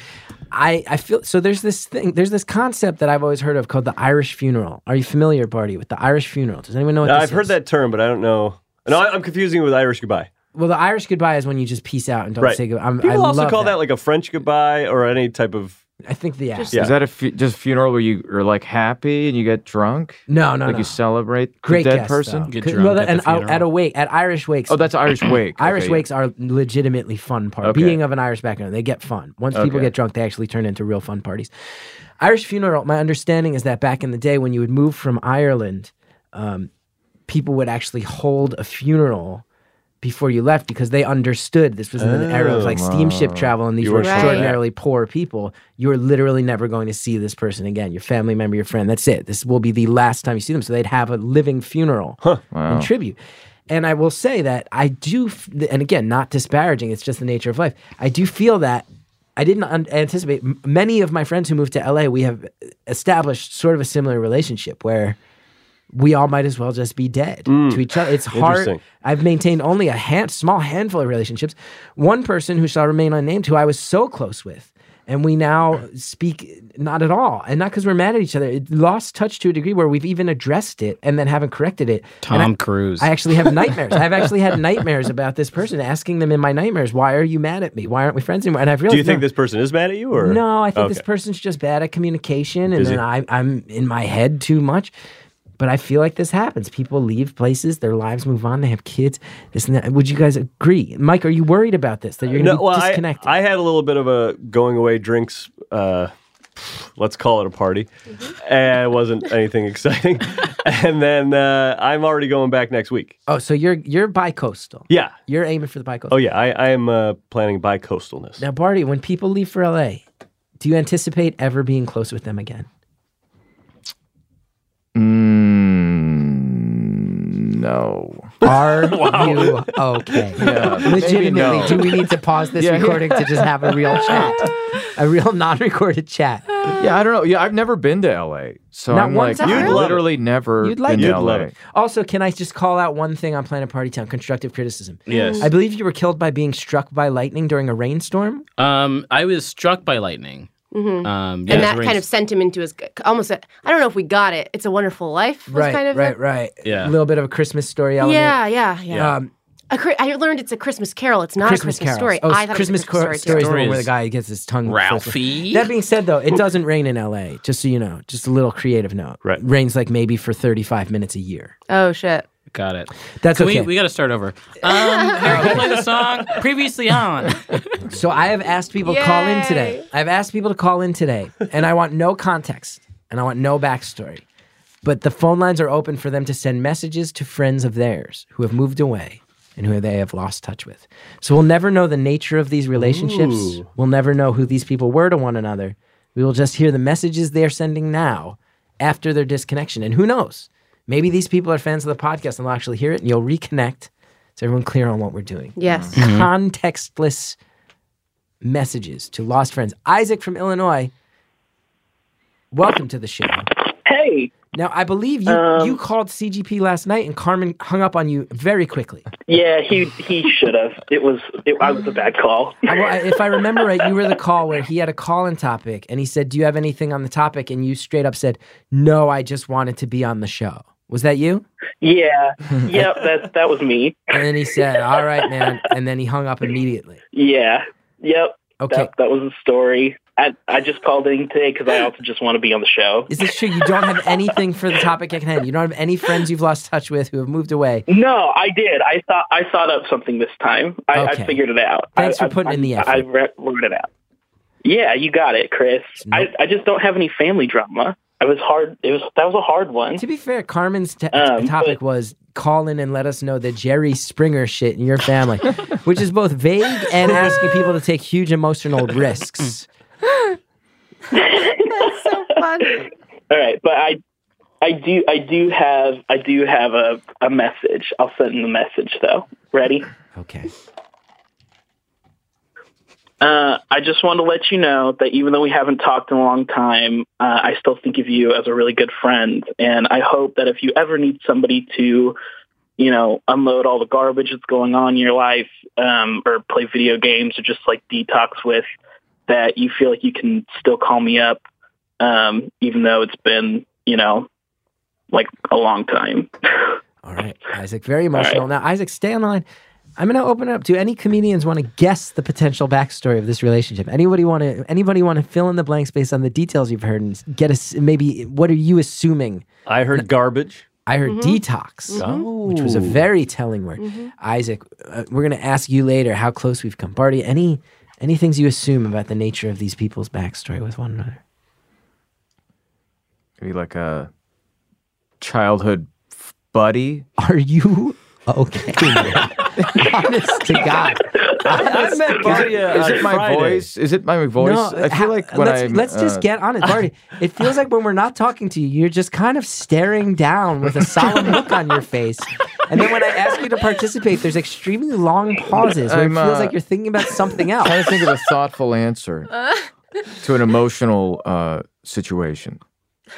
A: I, I feel so there's this thing, there's this concept that I've always heard of called the Irish funeral. Are you familiar, Barty, with the Irish funeral? Does anyone know what
F: Now,
A: this
F: I've heard
A: is?
F: that term, but I don't know. No, I- I'm confusing it with Irish goodbye.
A: Well, the Irish goodbye is when you just peace out and don't
F: Right.
A: say goodbye. I'm, I
F: People also
A: love
F: call that. like a French goodbye or any type of.
A: I think the ass.
F: Yeah.
B: Is that a fu- just funeral where you are like happy and you get drunk?
A: No, no,
B: like
A: no.
B: you celebrate
A: Great
B: the dead
A: guess,
B: person?
A: though.
H: Get
A: Could-
H: drunk
A: well,
H: at the
A: and uh,
H: funeral.
A: at a wake, at Irish wakes.
B: Oh, that's
A: *coughs*
B: Irish wake.
A: Irish
B: Okay,
A: wakes are legitimately fun parties.
B: Okay.
A: Being of an Irish background, they get fun. Once people
B: Okay.
A: get drunk, they actually turn into real fun parties. Irish funeral, my understanding is that back in the day when you would move from Ireland, um, people would actually hold a funeral before you left because they understood this was in an era of like steamship travel and these
F: You
A: were
F: were
D: sure of that.
A: extraordinarily poor people. You were literally never going to see this person again. Your family member, your friend, that's it. This will be the last time you see them. So they'd have a living funeral
B: Wow.
A: in tribute. And I will say that I do, f- and again, not disparaging, it's just the nature of life. I do feel that I didn't un- anticipate. m- Many of my friends who moved to LA, we have established sort of a similar relationship where we all might as well just be dead to each other. It's hard.
F: Mm. Interesting.
A: I've maintained only a hand, small handful of relationships. One person who shall remain unnamed, who I was so close with, and we now speak not at all, and not because we're mad at each other. It lost touch to a degree where we've even addressed it and then haven't corrected it. And I-
H: Tom Cruise.
A: I actually have
H: *laughs*
A: nightmares. I've actually had nightmares about this person, asking them in my nightmares, "Why are you mad at me? Why aren't we friends anymore?" And I've realized,
F: Do you think
A: no,
F: this person is mad at you or?
A: no, I think this
F: Okay.
A: person's just bad at communication, and
F: Busy.
A: then I, I'm in my head too much. But I feel like this happens. People leave places, their lives move on, they have kids. This and that. Would you guys agree, Mike? Are you worried about this? That you're going to
F: No,
A: be
F: well, I,
A: disconnected?
F: I had a little bit of a going away drinks.
A: Mm-hmm. *laughs*
F: Uh, let's call it a party. And it wasn't anything exciting. and then uh, I'm already going back next week.
A: Oh, so you're you're bi-coastal.
F: Yeah.
A: You're aiming for the bi-coastal.
F: Oh yeah. I, I am uh, planning bi-coastalness.
A: Now, Barty, when people leave for LA, do you anticipate ever being close with them
F: *laughs*
A: again?
B: Mm, no.
A: Are you
F: *laughs*
A: okay?
B: Yeah, maybe
A: Legitimately,
B: no.
A: do we need to pause this
B: Yeah.
A: recording to just have a real chat? A
F: *laughs*
A: real non-recorded chat.
B: Yeah, I don't know. Yeah, I've never been to LA, so
A: Not
B: I'm
A: once
B: like,
A: ever?
B: you'd
A: You'd love
B: literally never
A: You'd like
B: been
A: it.
B: to
A: You'd
B: LA.
F: love it.
A: Also, can I just call out one thing on Planet Party Town? Constructive criticism.
F: Yes.
A: I believe you were killed by being struck by lightning during a rainstorm.
C: Um, I was struck by lightning. Um, yeah,
D: and
C: it
D: that
C: was
D: kind
C: rain-
D: of sent him into his almost. I I don't know if we got it. It's a Wonderful Life. Was
A: Right,
D: Kind of
A: right,
D: the-
A: right.
C: Yeah.
A: A little bit of a Christmas story element.
D: Yeah, yeah, yeah.
A: Um,
D: A Chri- I learned it's a Christmas Carol. It's not
A: Christmas,
D: a
A: carols.
D: Christmas story.
A: Oh,
D: I thought
A: Christmas
D: it was a Christmas
A: story
D: story.
A: is the
D: too.
A: one
C: Story
A: where the
C: is
A: guy gets his tongue.
C: Ralphie.
A: That being said, though, it doesn't rain in LA. Just so you know, just a little creative note.
F: Right.
A: Rains like maybe for 35 minutes a year.
D: Oh shit.
C: Got it.
A: That's
C: Can
A: okay.
C: we, we got to start over. Um, Eric, can you play the song previously on.
A: So I have asked people to call in today.
D: Yay.
A: I've asked people to call in today, and I want no context and I want no backstory. But the phone lines are open for them to send messages to friends of theirs who have moved away and who they have lost touch with. So we'll never know the nature of these relationships.
F: Ooh.
A: We'll never know who these people were to one another. We will just hear the messages they're sending now after their disconnection. And who knows? Maybe these people are fans of the podcast and they'll actually hear it and you'll reconnect. Is everyone clear on what we're doing?
D: Yes.
A: contextless messages to lost friends. Isaac from Illinois, welcome to the show.
I: Hey,
A: Now, I believe you, you called CGP last night and Carmen hung up on you very quickly.
I: yeah, he he should have. It was it, I was a bad call.
A: I- well, I- if I remember right, you were the call where he had a call in topic and he said, Do you have anything on the topic? And you straight up said, No, I just wanted to be on the show. Was that you?
I: *laughs* Yeah, yep, that that was me.
A: And then he said, All right, man. And then he hung up immediately.
I: Yeah, yep,
A: Okay.
I: that that was the story. I I just called in today because I also just want to be on the show.
A: Is this true? You don't have anything for the topic at hand. You don't have any friends you've lost touch with who have moved away.
I: No, I did. I thought I thought up something this time. I,
A: Okay.
I: I figured it out.
A: Thanks
I: I,
A: for putting
I: I,
A: in the effort.
I: I, re- wrote it out. Yeah, you got it, Chris.
A: Nope.
I: I I just don't have any family drama. It was hard. It was that was a hard one.
A: To be fair, Carmen's t-
I: Um,
A: topic was call in and let us know the Jerry Springer shit in your family, which is both vague and asking people to take huge emotional risks.
D: That's so funny.
I: All right, but I, I do, I do have, I do have a, a message. I'll send the message though. Ready?
A: Okay.
I: Uh, I just want to let you know that even though we haven't talked in a long time, uh, I still think of you as a really good friend, and I hope that if you ever need somebody to, you know, unload all the garbage that's going on in your life, um, or play video games, or just like detox with, that you feel like you can still call me up, um, even though it's been, you know, like a long time.
A: All right, Isaac, very emotional. Now, Isaac, stay on the line. I'm going to open it up. Do any comedians want to guess the potential backstory of this relationship? Anybody want to? Anybody want to fill in the blanks based on the details you've heard and s- get us maybe? What are you assuming?
F: I heard garbage.
A: I heard detox. which was a very telling word. Isaac, uh, we're going to ask you later how close we've come. Barty, any any things you assume about the nature of these people's backstory with one another?
B: Maybe like a childhood f- buddy.
A: Are you *laughs* okay? Honest to God.
F: I met Barty. uh,
B: is
F: on
B: it my
F: Friday.
B: voice? Is it my voice? I feel
A: ha-
B: like when uh,
A: let's,
B: I
A: let's just get honest, Barty. It feels like when we're not talking to you, you're just kind of staring down with a solemn look on your face. And then when I ask you to participate, there's extremely long pauses where it
B: I'm,
A: feels
B: uh,
A: like you're thinking about something else.
B: trying to think of a
A: *laughs*
B: thoughtful answer to an emotional uh, situation.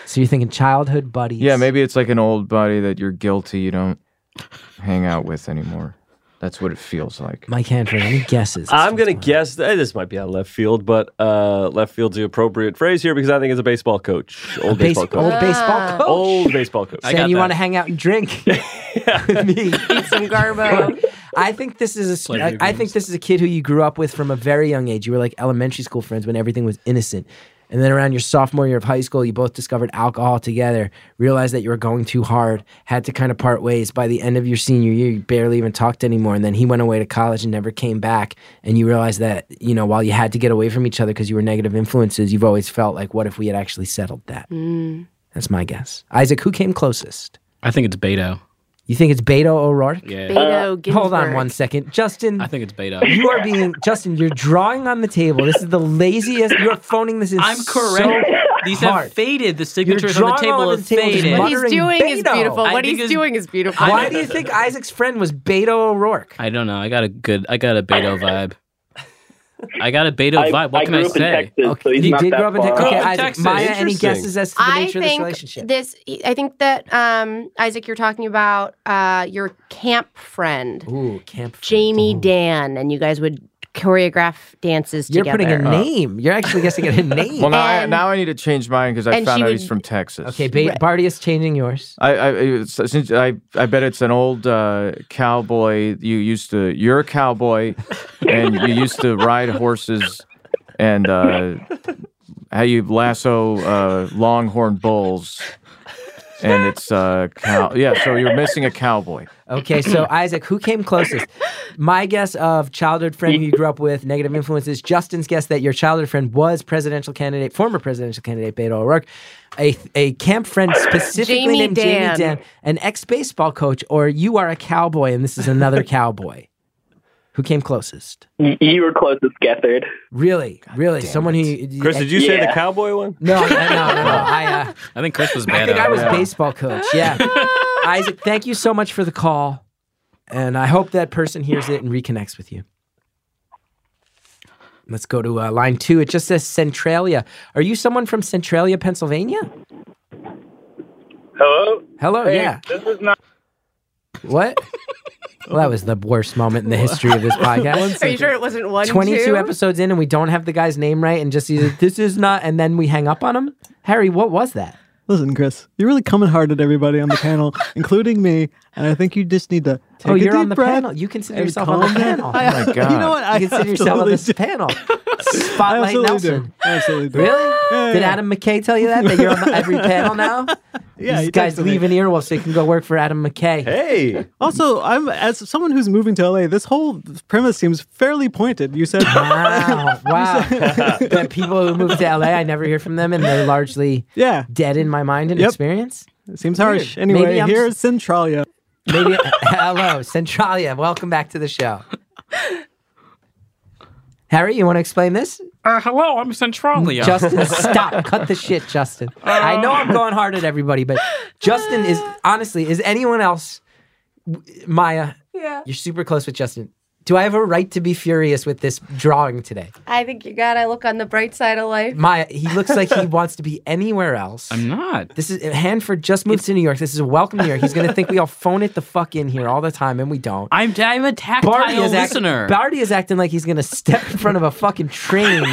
A: So you're thinking childhood buddies.
B: Yeah, maybe it's like an old buddy that you're guilty you don't hang out with anymore. That's what it feels like.
A: Mike Hanford, any guesses?
F: I'm gonna guess that this might be out of left field, but uh, left field's the appropriate phrase here because I think it's a baseball coach, old
A: Base-
F: baseball
A: old
F: coach,
A: baseball coach.
F: old baseball coach.
A: Saying
C: got
A: you
C: that.
A: want to hang out and
C: *laughs*
A: drink with me.
D: Eat some garbo.
A: I think this is a.
C: Play
A: I
C: video
A: I think this is a kid who you grew up with from a very young age. You were like elementary school friends when everything was innocent. And then around your sophomore year of high school, you both discovered alcohol together, realized that you were going too hard, had to kind of part ways. By the end of your senior year, you barely even talked anymore. And then he went away to college and never came back. And you realized that, you know, while you had to get away from each other because you were negative influences, you've always felt like, what if we had actually settled that? That's my guess. Isaac, who came closest?
H: I think it's Beto.
A: You think it's Beto O'Rourke?
H: Yeah.
D: Beto Ginsburg.
A: Uh, Hold on one second, Justin.
H: I think it's Beto.
A: you are being Justin. You're drawing on the table. This is the laziest. You're phoning this is.
C: I'm correct. These
A: hard.
C: have faded. The signatures on
A: drawing
C: the table
A: all over
C: have
A: the table just
C: faded.
A: one-
D: What he's
A: Muttering
D: doing is
A: Beto.
D: beautiful.
C: I
D: What
C: think
D: he's
C: it's-
D: doing is beautiful.
A: Why do you think Isaac's friend was Beto O'Rourke?
H: I don't know. I got a good. I got a Beto vibe. I got a Beto
J: I,
H: vibe. What
J: I
H: can
J: grew
H: I
J: up in
H: say?
J: Texas, so he's
A: you
J: not
A: did
J: that
A: grow up in
J: far
A: Texas. Okay,
J: off.
A: Isaac.
C: Texas.
A: Maya, any
F: Interesting.
A: guesses as to the
D: I
A: nature of this
D: think
A: relationship?
D: this. I think that um, Isaac, you're talking about uh, your camp friend
A: Ooh, camp. friend.
D: Jamie
A: Ooh.
D: Dan, and you guys would choreograph dances
A: You're
D: together.
A: putting a name. You're actually guessing
D: *laughs*
A: at a name.
B: Well, now, I,
D: And-
B: now I need to change mine because I
D: and she
B: found out
D: would-
B: he's from Texas.
A: okay, ba- Barty is changing yours.
B: I, I, it's- uh, since I, I bet it's an old uh, cowboy. You used to, you're a cowboy, and you used to ride horses, and uh, how you lasso uh, longhorn bulls, and it's uh, cow. Yeah, so you're missing a cowboy.
A: Okay, so Isaac, who came closest? My guess of childhood friend who you grew up with, negative influences. Justin's guess that your childhood friend was presidential candidate, former presidential candidate Beto O'Rourke, a, a camp friend specifically
D: Jamie
A: named
D: Dan.
A: Jamie Dan, an ex baseball coach, or you are a cowboy and this is another
D: *laughs*
A: cowboy. Who came closest?
J: Y- You were closest, Gethard.
A: Really, really, someone who.
F: Chris, did you say the
J: Yeah.
F: cowboy one?
A: No, no, no, no. no. I, uh,
H: I think Chris was
A: I
H: Beto.
A: think I was
B: Yeah.
A: baseball coach. Yeah. Isaac, thank you so much for the call. And I hope that person hears it and reconnects with you. Let's go to uh, line two. It just says Centralia. Are you someone from Centralia, Pennsylvania?
J: Hello.
A: Hello. yeah.
J: This is not.
A: What? well, that was the worst moment in the history of
G: *laughs*
A: this podcast.
D: Are you sure it wasn't one?
A: 22
D: two?
A: episodes in, and we don't have the guy's name right, and just he's like, this is not, and then we hang up on him. Harry, what was that?
G: Listen, Chris, you're really coming hard at everybody on the
A: *laughs*
G: panel, including me, and I think you just need to take
A: oh,
G: a
A: you're
G: deep
A: on the
G: breath
A: panel. You consider
G: and
A: yourself on the
G: calm down. *laughs*
A: panel.
G: Oh I-
B: my
G: You
B: God.
G: know what? I
A: you consider yourself on
G: absolutely
A: this
G: do.
A: panel.
G: *laughs* I
A: Spotlight
G: absolutely
A: Nelson.
G: do. I absolutely do.
A: Really?
G: Yeah,
A: Did
G: yeah.
A: Adam McKay tell you that? That you're on
G: *laughs*
A: every panel now?
G: Yeah,
A: These
G: he
A: guys
G: texted me.
A: leave an earwolf so they can go work for Adam McKay.
F: Hey,
G: Also, I'm as someone who's moving to LA. This whole premise seems fairly pointed.
A: *laughs*
G: You said,
A: Wow. Wow.
G: *laughs*
A: the people who move to LA, I never hear from them, and they're largely
G: yeah,
A: dead in my mind and
G: Yep.
A: experience.
G: it seems harsh.
A: Maybe
G: Anyway,
A: I'm
G: here's Centralia.
A: Maybe. *laughs* hello, Centralia. Welcome back to the show. Harry, you want to explain this?
H: Uh, hello, I'm Centralia.
A: Justin, stop. Cut the shit, Justin. I know I'm going hard at everybody, but Justin is honestly, is anyone else Maya?
D: Yeah.
A: You're super close with Justin. Do I have a right to be furious with this drawing today?
D: I think you gotta look on the bright side of life.
A: Maya, he looks like he wants to be anywhere else.
H: I'm not.
A: this is Hanford just moved to New York. This is a welcome New York. He's gonna think we all phone it the fuck in here all the time, and we don't.
C: I'm, I'm a tactile
A: Barty is, act-
C: listener.
A: Barty is acting like he's gonna step in front of a fucking train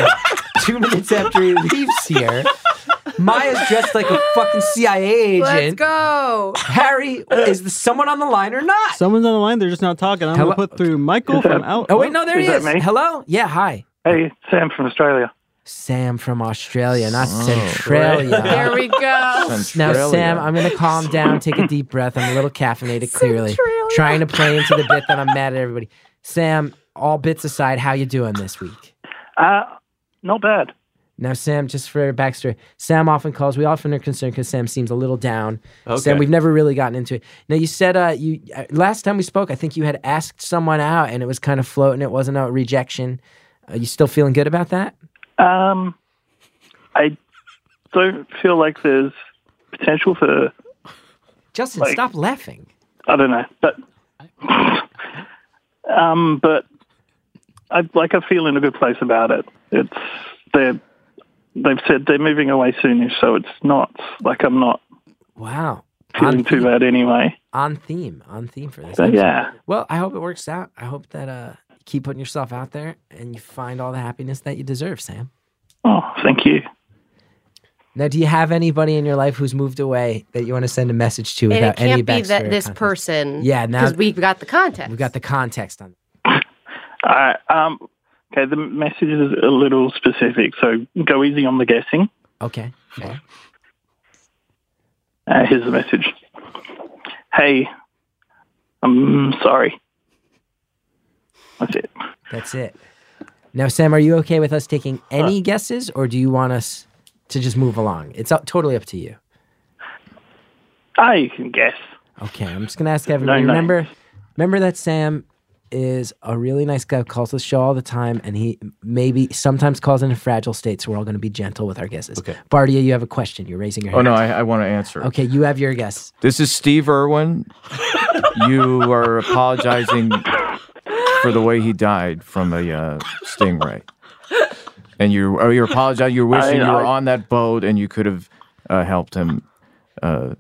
A: two minutes after he leaves here. Maya's dressed like a fucking CIA agent.
D: Let's go.
A: Harry, is the- someone on the line or not?
G: Someone's on the line. They're just not talking. I'm
A: Hello?
G: gonna put through Michael from out.
A: oh wait, no, there
J: Is
A: he
J: that
A: is.
J: me?
A: Hello? Yeah, hi.
J: Hey, Sam from Australia.
A: Sam from Australia, not Centralia.
D: There
A: *laughs*
D: we go.
A: Now,
B: Centralia.
A: Sam, I'm going to calm down, take a deep breath. I'm a little caffeinated, clearly.
D: Centralia.
A: Trying to play into the bit that I'm mad at everybody. Sam, all bits aside, how you doing this week?
J: Uh, not bad.
A: Now, Sam, just for backstory, Sam often calls. We often are concerned because Sam seems a little down.
F: Okay.
A: Sam, we've never really gotten into it. Now, you said uh, you uh, last time we spoke, I think you had asked someone out, and it was kind of floating. It wasn't a rejection. Are you still feeling good about that?
J: Um, I don't feel like there's potential for.
A: Justin,
J: Like-
A: stop laughing.
J: I don't know, but um, but I like I feel in a good place about it. It's they they've said they're moving away soonish, so it's not like I'm not
A: Wow.
J: feeling too bad anyway.
A: On theme. On theme for this.
J: So yeah,
A: Well, I hope it works out. I hope that uh, you keep putting yourself out there and you find all the happiness that you deserve, Sam.
J: oh, thank you.
A: Now, do you have anybody in your life who's moved away that you want to send a message to
D: And
A: without
D: it
A: any
D: can't be
A: backstory? or
D: that this
A: context?
D: person.
A: Yeah, now-
D: because we've got the context.
A: We've got the context on.
J: All right. Um, okay, the message is a little specific, so go easy on the guessing.
A: Okay. fair.
J: Uh, here's the message. Hey, I'm sorry. That's it.
A: That's it. Now, Sam, are you okay with us taking any guesses or do you want us to just move along? It's up, totally up to you.
J: Ah, you can guess.
A: Okay, I'm just gonna ask everybody.
J: Nine, nine.
A: Remember, remember that Sam is a really nice guy. who Calls the show all the time, and he maybe sometimes calls in a fragile state. So we're all gonna be gentle with our guesses. Okay, Bardia, you have a question. You're raising your
B: Oh
A: hand.
B: no, I, I want to answer.
A: Okay, you have your guess.
B: This is Steve Irwin. you are apologizing for the way he died from a uh, stingray, and you are you apologizing. You're wishing
J: I-
B: you were
J: I-
B: on that boat and you could have uh, helped him. Uh,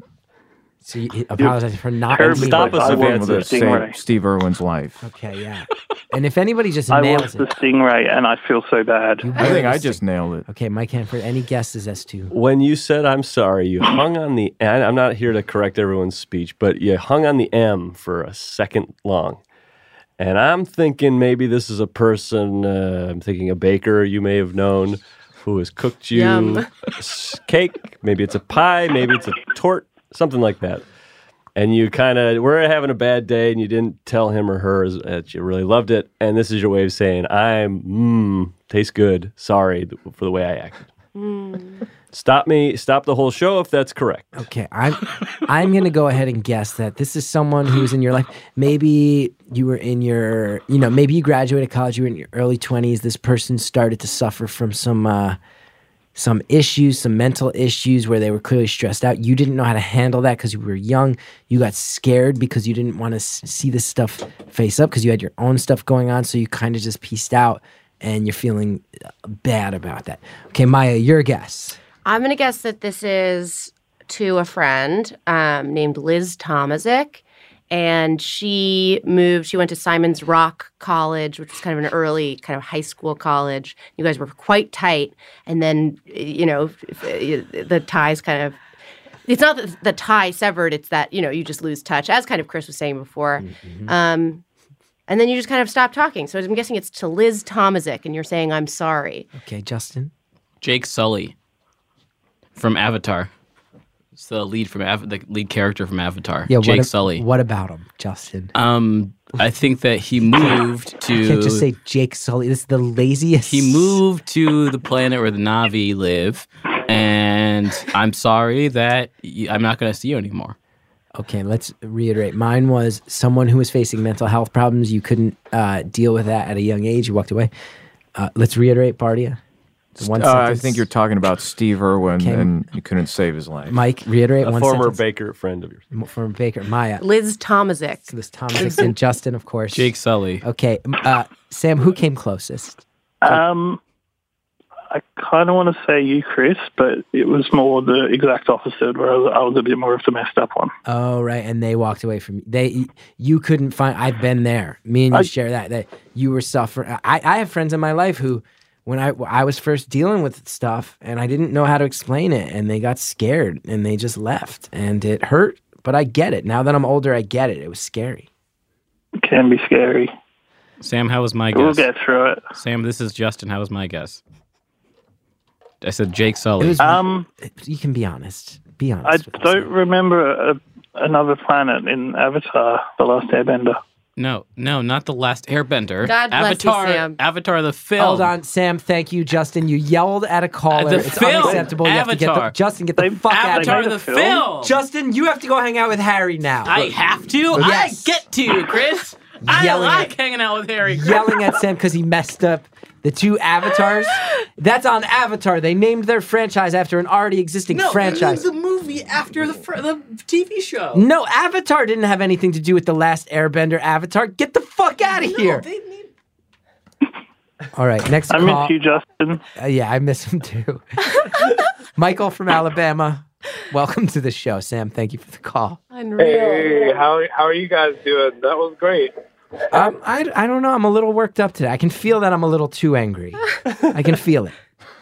A: So you he apologizes for not.
J: Herb,
A: being-
F: stop us
J: I
F: if
B: live
F: we
J: want
F: answer
B: with
J: the
B: the
F: this.
B: same
J: stingray.
B: Steve Irwin's life.
A: Okay, yeah. And if anybody
I: *laughs*
A: just
J: I
A: nails
J: was the
A: it,
J: stingray, and I feel so bad.
A: you
B: I
A: win
B: think I
A: this
B: just
A: thing.
B: nailed it.
A: Okay, Mike Hanford. Any guesses as to?
F: When you said I'm sorry, you hung on the. And I'm not here to correct everyone's speech, but you hung on the M for a second long. And I'm thinking maybe this is a person. Uh, I'm thinking a baker you may have known, who has cooked you
D: Yum.
F: a s- cake. Maybe it's a pie. Maybe it's a tort. Something like that. And you kind of were having a bad day, and you didn't tell him or her as- that you really loved it. And this is your way of saying, "I'm mm, tastes good. Sorry th- for the way I acted." Stop me. Stop the whole show if that's correct.
A: Okay, I'm I'm gonna go ahead and guess that this is someone who's in your life. Maybe you were in your, you know, maybe you graduated college. You were in your early twenties. This person started to suffer from some uh, some issues, some mental issues where they were clearly stressed out. You didn't know how to handle that because you were young. You got scared because you didn't want to s- see this stuff face up because you had your own stuff going on. So you kind of just pieced out, and you're feeling uh, bad about that. Okay, Maya, your guess.
D: I'm gonna guess that this is to a friend um, named Liz Tomazik, and she moved. She went to Simon's Rock College, which was kind of an early kind of high school college. You guys were quite tight, and then you know uh, the ties kind of. It's not that the tie severed; it's that you know you just lose touch, as kind of Chris was saying before. Um, and then you just kind of stop talking. So I'm guessing it's to Liz Tomazik, and you're saying I'm sorry.
A: Okay, Justin.
H: Jake Sully from Avatar. It's the lead from Av- the lead character from Avatar.
A: Yeah,
H: Jake
A: what, ab-
H: Sully.
A: What about him, Justin?
H: Um, I think that
A: *coughs*
H: he moved to.
A: you can't just say Jake Sully. This is the laziest.
H: he moved to the planet where the Navi live, and I'm sorry that y- I'm not going to see you anymore.
A: Okay, let's reiterate. Mine was someone who was facing mental health problems. You couldn't uh, deal with that at a young age. You walked away. Uh, let's reiterate, Bardia. The One
B: Uh, I
A: sentence.
B: think you're talking about Steve Irwin
A: Okay.
B: and you couldn't save his life.
A: Mike. Reiterate
F: A
A: one
F: former
A: sentence.
F: baker friend of yours.
A: M- former Baker.
B: *laughs*
A: Maya.
D: Liz Tomazik.
A: This Thomas and Justin, of course.
H: Jake Sully.
A: Okay, m- uh, Sam. Who came closest?
J: Um, I kind of want to say you, Chris, but it was more the exact opposite, where I was, I was a bit more of the messed up one.
A: Oh, right. And they walked away from you. They, you couldn't find. I've been there. Me and you
J: I-
A: share that. That you were suffering. I, I have friends in my life who, when I, I was first dealing with stuff and I didn't know how to explain it, and they got scared and they just left, and it hurt. But I get it now that I'm older. I get it. It was scary.
J: It can be scary.
H: Sam, how was my
J: We'll
H: guess?
J: get through it.
H: Sam, this is Justin. How was my guess? I said Jake Sully.
A: It was.
J: Um,
A: you can be honest. Be
J: I
A: honest. with
J: don't
A: yourself.
J: remember a, another planet in Avatar: The Last Airbender.
H: no, no, not the last Airbender.
D: God bless you,
H: Avatar,
D: Sam.
H: Avatar the film.
A: Hold on, Sam. Thank you, Justin. You yelled at a caller.
H: The
A: it's
H: film,
A: unacceptable. You have to get the,
H: Avatar.
A: Justin, get the
J: They-
A: fuck out of
H: Avatar
A: here.
J: made
H: the
J: a film?
H: film.
A: Justin, you have to go hang out with Harry now.
H: I have to.
A: Yes.
H: I get to, Chris. I
A: *laughs* Yelling
H: like
A: at-
H: hanging out with Harry. Chris.
A: yelling at Sam because he messed up the two avatars. That's on Avatar. They named their franchise after an already existing franchise.
C: the movie after the fr- the TV show.
A: no, Avatar didn't have anything to do with the last Airbender Avatar. Get the fuck out of here!
C: They need
A: All right, next
J: I
A: call.
J: miss you, Justin.
A: Uh, yeah, I miss him too. *laughs* Michael from Alabama, welcome to the show, Sam. Thank you for the call.
D: Unreal.
I: how how are you guys doing? That was great.
A: Um, I, I don't know. I'm a little worked up today. I can feel that I'm a little too angry. I can feel it.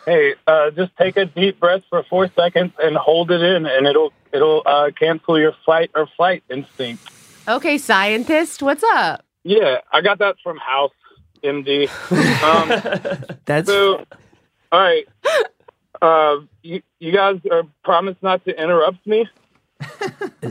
I: Hey, uh, just take a deep breath for four seconds and hold it in, and it'll it'll uh, cancel your flight or flight instinct.
D: Okay, scientist, what's up?
I: Yeah, I got that from House MD. *laughs* Um,
A: That's
I: so, all right, uh, you you guys are promise not to interrupt me.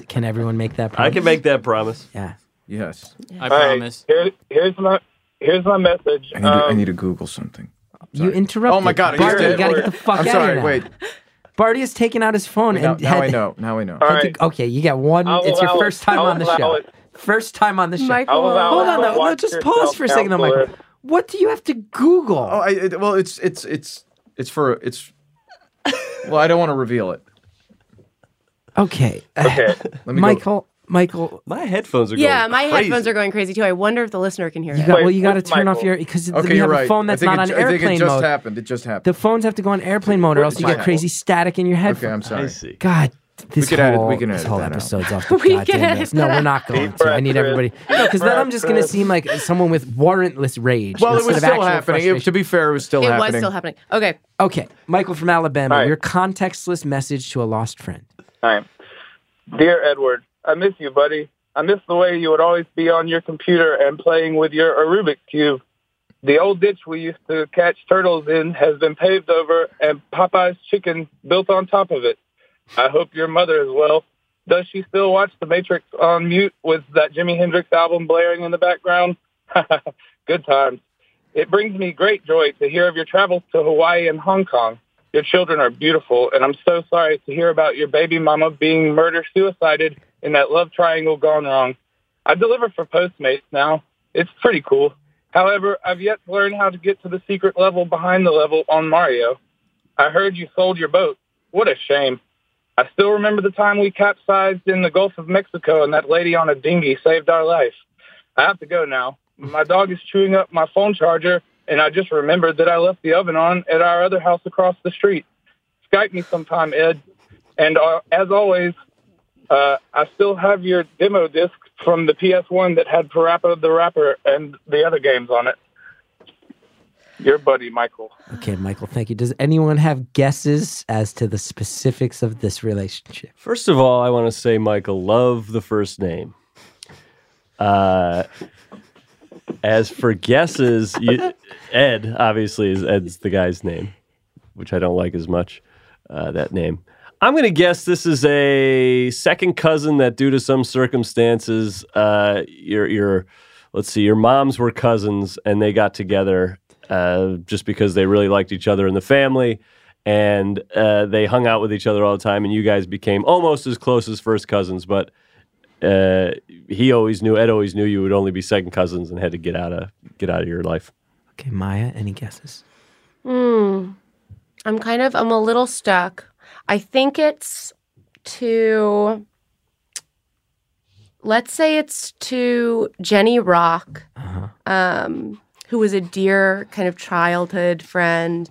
A: can everyone make that?
F: I
A: Promise?
F: can make that promise.
A: Yeah.
B: Yes.
H: I
I: All right,
H: promise.
I: here, here's my here's my message.
B: I need, to, I
I: Um,
B: need to Google something.
A: You interrupted.
B: Oh my God, I
A: Barney,
B: heard
A: you
B: it.
A: gotta get the fuck
B: I'm
A: out
B: sorry.
A: of here. now.
B: Wait.
A: Barty has taken out his phone
B: Now,
A: and
B: now
A: had-
B: I know. Now I know.
A: had to- okay, you got one.
B: I'll
A: it's your
B: allow
A: first
B: it.
A: time
B: I'll
A: on the
B: allow
A: show.
B: it.
A: First time on the show.
B: Michael. I'll allow
A: Hold
B: it.
A: on, though.
B: Watch
A: Let's just
B: yourself,
A: pause for a second, though, Michael.
B: counselor.
A: What do you have to Google?
B: Oh, I, it, well, it's it's it's it's for it's. Well, I don't want to reveal it.
A: Okay.
I: Um,
B: Okay. *laughs* Let me go.
A: Michael, Michael,
F: my headphones
D: Yeah, my headphones are going crazy too. I wonder if the listener can hear
A: You
D: it.
A: got, well, you got to turn off your because
B: Okay,
A: we
B: you're
A: have
B: right.
A: a phone
B: I
A: that's
B: think
A: not
B: it,
A: on
B: ju- I think
A: airplane
B: it just
A: mode.
B: happened. It just happened.
A: The phones have to go on airplane mode, or else you
B: my
A: get crazy static in your headphones.
B: Okay, I'm sorry. I
F: see.
A: God, this
B: could edit-
A: whole,
B: we can
A: this
B: edit
A: whole
B: that out.
A: episode's
D: *laughs*
A: off the
D: We can
A: goddamn
D: edit
A: rails. No,
D: that
A: we're
D: out.
A: not going to. I need everybody. No, because then I'm just going to seem like someone with warrantless rage.
B: Well, it
A: instead
B: was
A: of
B: still
A: actual
B: happening. It- to
A: frustration.
B: be fair, it was still
D: it
B: happening.
D: was still happening. Okay.
A: Okay, Michael from Alabama, your contextless message to a lost friend.
I: Hi. Dear Edward, I miss you, buddy. I miss the way you would always be on your computer and playing with your Rubik's Cube. The old ditch we used to catch turtles in has been paved over and Popeye's chicken built on top of it. I hope your mother is well. Does she still watch The Matrix on mute with that Jimi Hendrix album blaring in the background? *laughs* Good times. It brings me great joy to hear of your travels to Hawaii and Hong Kong. Your children are beautiful, and I'm so sorry to hear about your baby mama being murder suicided in that love triangle gone wrong. I deliver for Postmates now. It's pretty cool. However, I've yet to learn how to get to the secret level behind the level on Mario. I heard you sold your boat. What a shame. I still remember the time we capsized in the Gulf of Mexico and that lady on a dinghy saved our life. I have to go now. My dog is chewing up my phone charger, and I just remembered that I left the oven on at our other house across the street. Skype me sometime, Ed. And uh, as always, uh, I still have your demo disc from the PS1 that had Parappa the Rapper and the other games on it. Your buddy, Michael.
A: Okay, Michael, thank you. Does anyone have guesses as to the specifics of this relationship?
F: First of all, I want to say, Michael, love the first name. Uh, as for guesses, you, Ed obviously is Ed's the guy's name, which I don't like as much. Uh, that name. I'm gonna guess this is a second cousin that, due to some circumstances, uh, your your let's see, your moms were cousins and they got together uh, just because they really liked each other in the family and uh, they hung out with each other all the time, and you guys became almost as close as first cousins, but uh, he always knew, Ed always knew you would only be second cousins and had to get out of get out of your life.
A: Okay, Maya, any guesses?
D: Hmm. I'm kind of I'm a little stuck. I think it's to let's say it's to Jenny Rock, um, who was a dear kind of childhood friend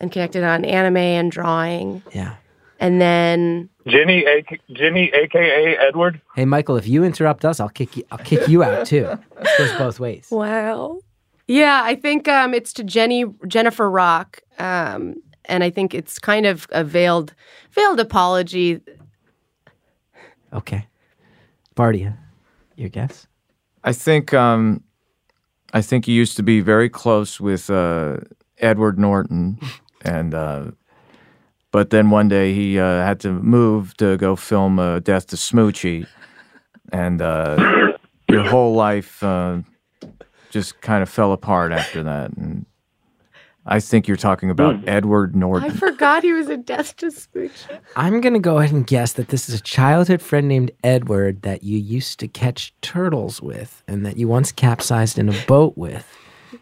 D: and connected on anime and drawing.
A: Yeah.
D: And then
I: Jenny, a- Jenny, aka Edward.
A: Hey, Michael, if you interrupt us, I'll kick you. I'll kick you out too. This goes both ways.
D: Wow. Yeah, I think um, it's to Jenny Jennifer Rock, um, and I think it's kind of a veiled veiled apology.
A: Okay. Bardia, your guess?
B: I think um, I think he used to be very close with uh, Edward Norton, and uh, but then one day he uh, had to move to go film uh, Death to Smoochie, and uh, your whole life uh, just kind of fell apart after that. And I think you're talking about Edward
D: I
B: *laughs* Norton.
D: forgot he was a death to Smoochie.
A: I'm going to go ahead and guess that this is a childhood friend named Edward that you used to catch turtles with and that you once capsized in a boat with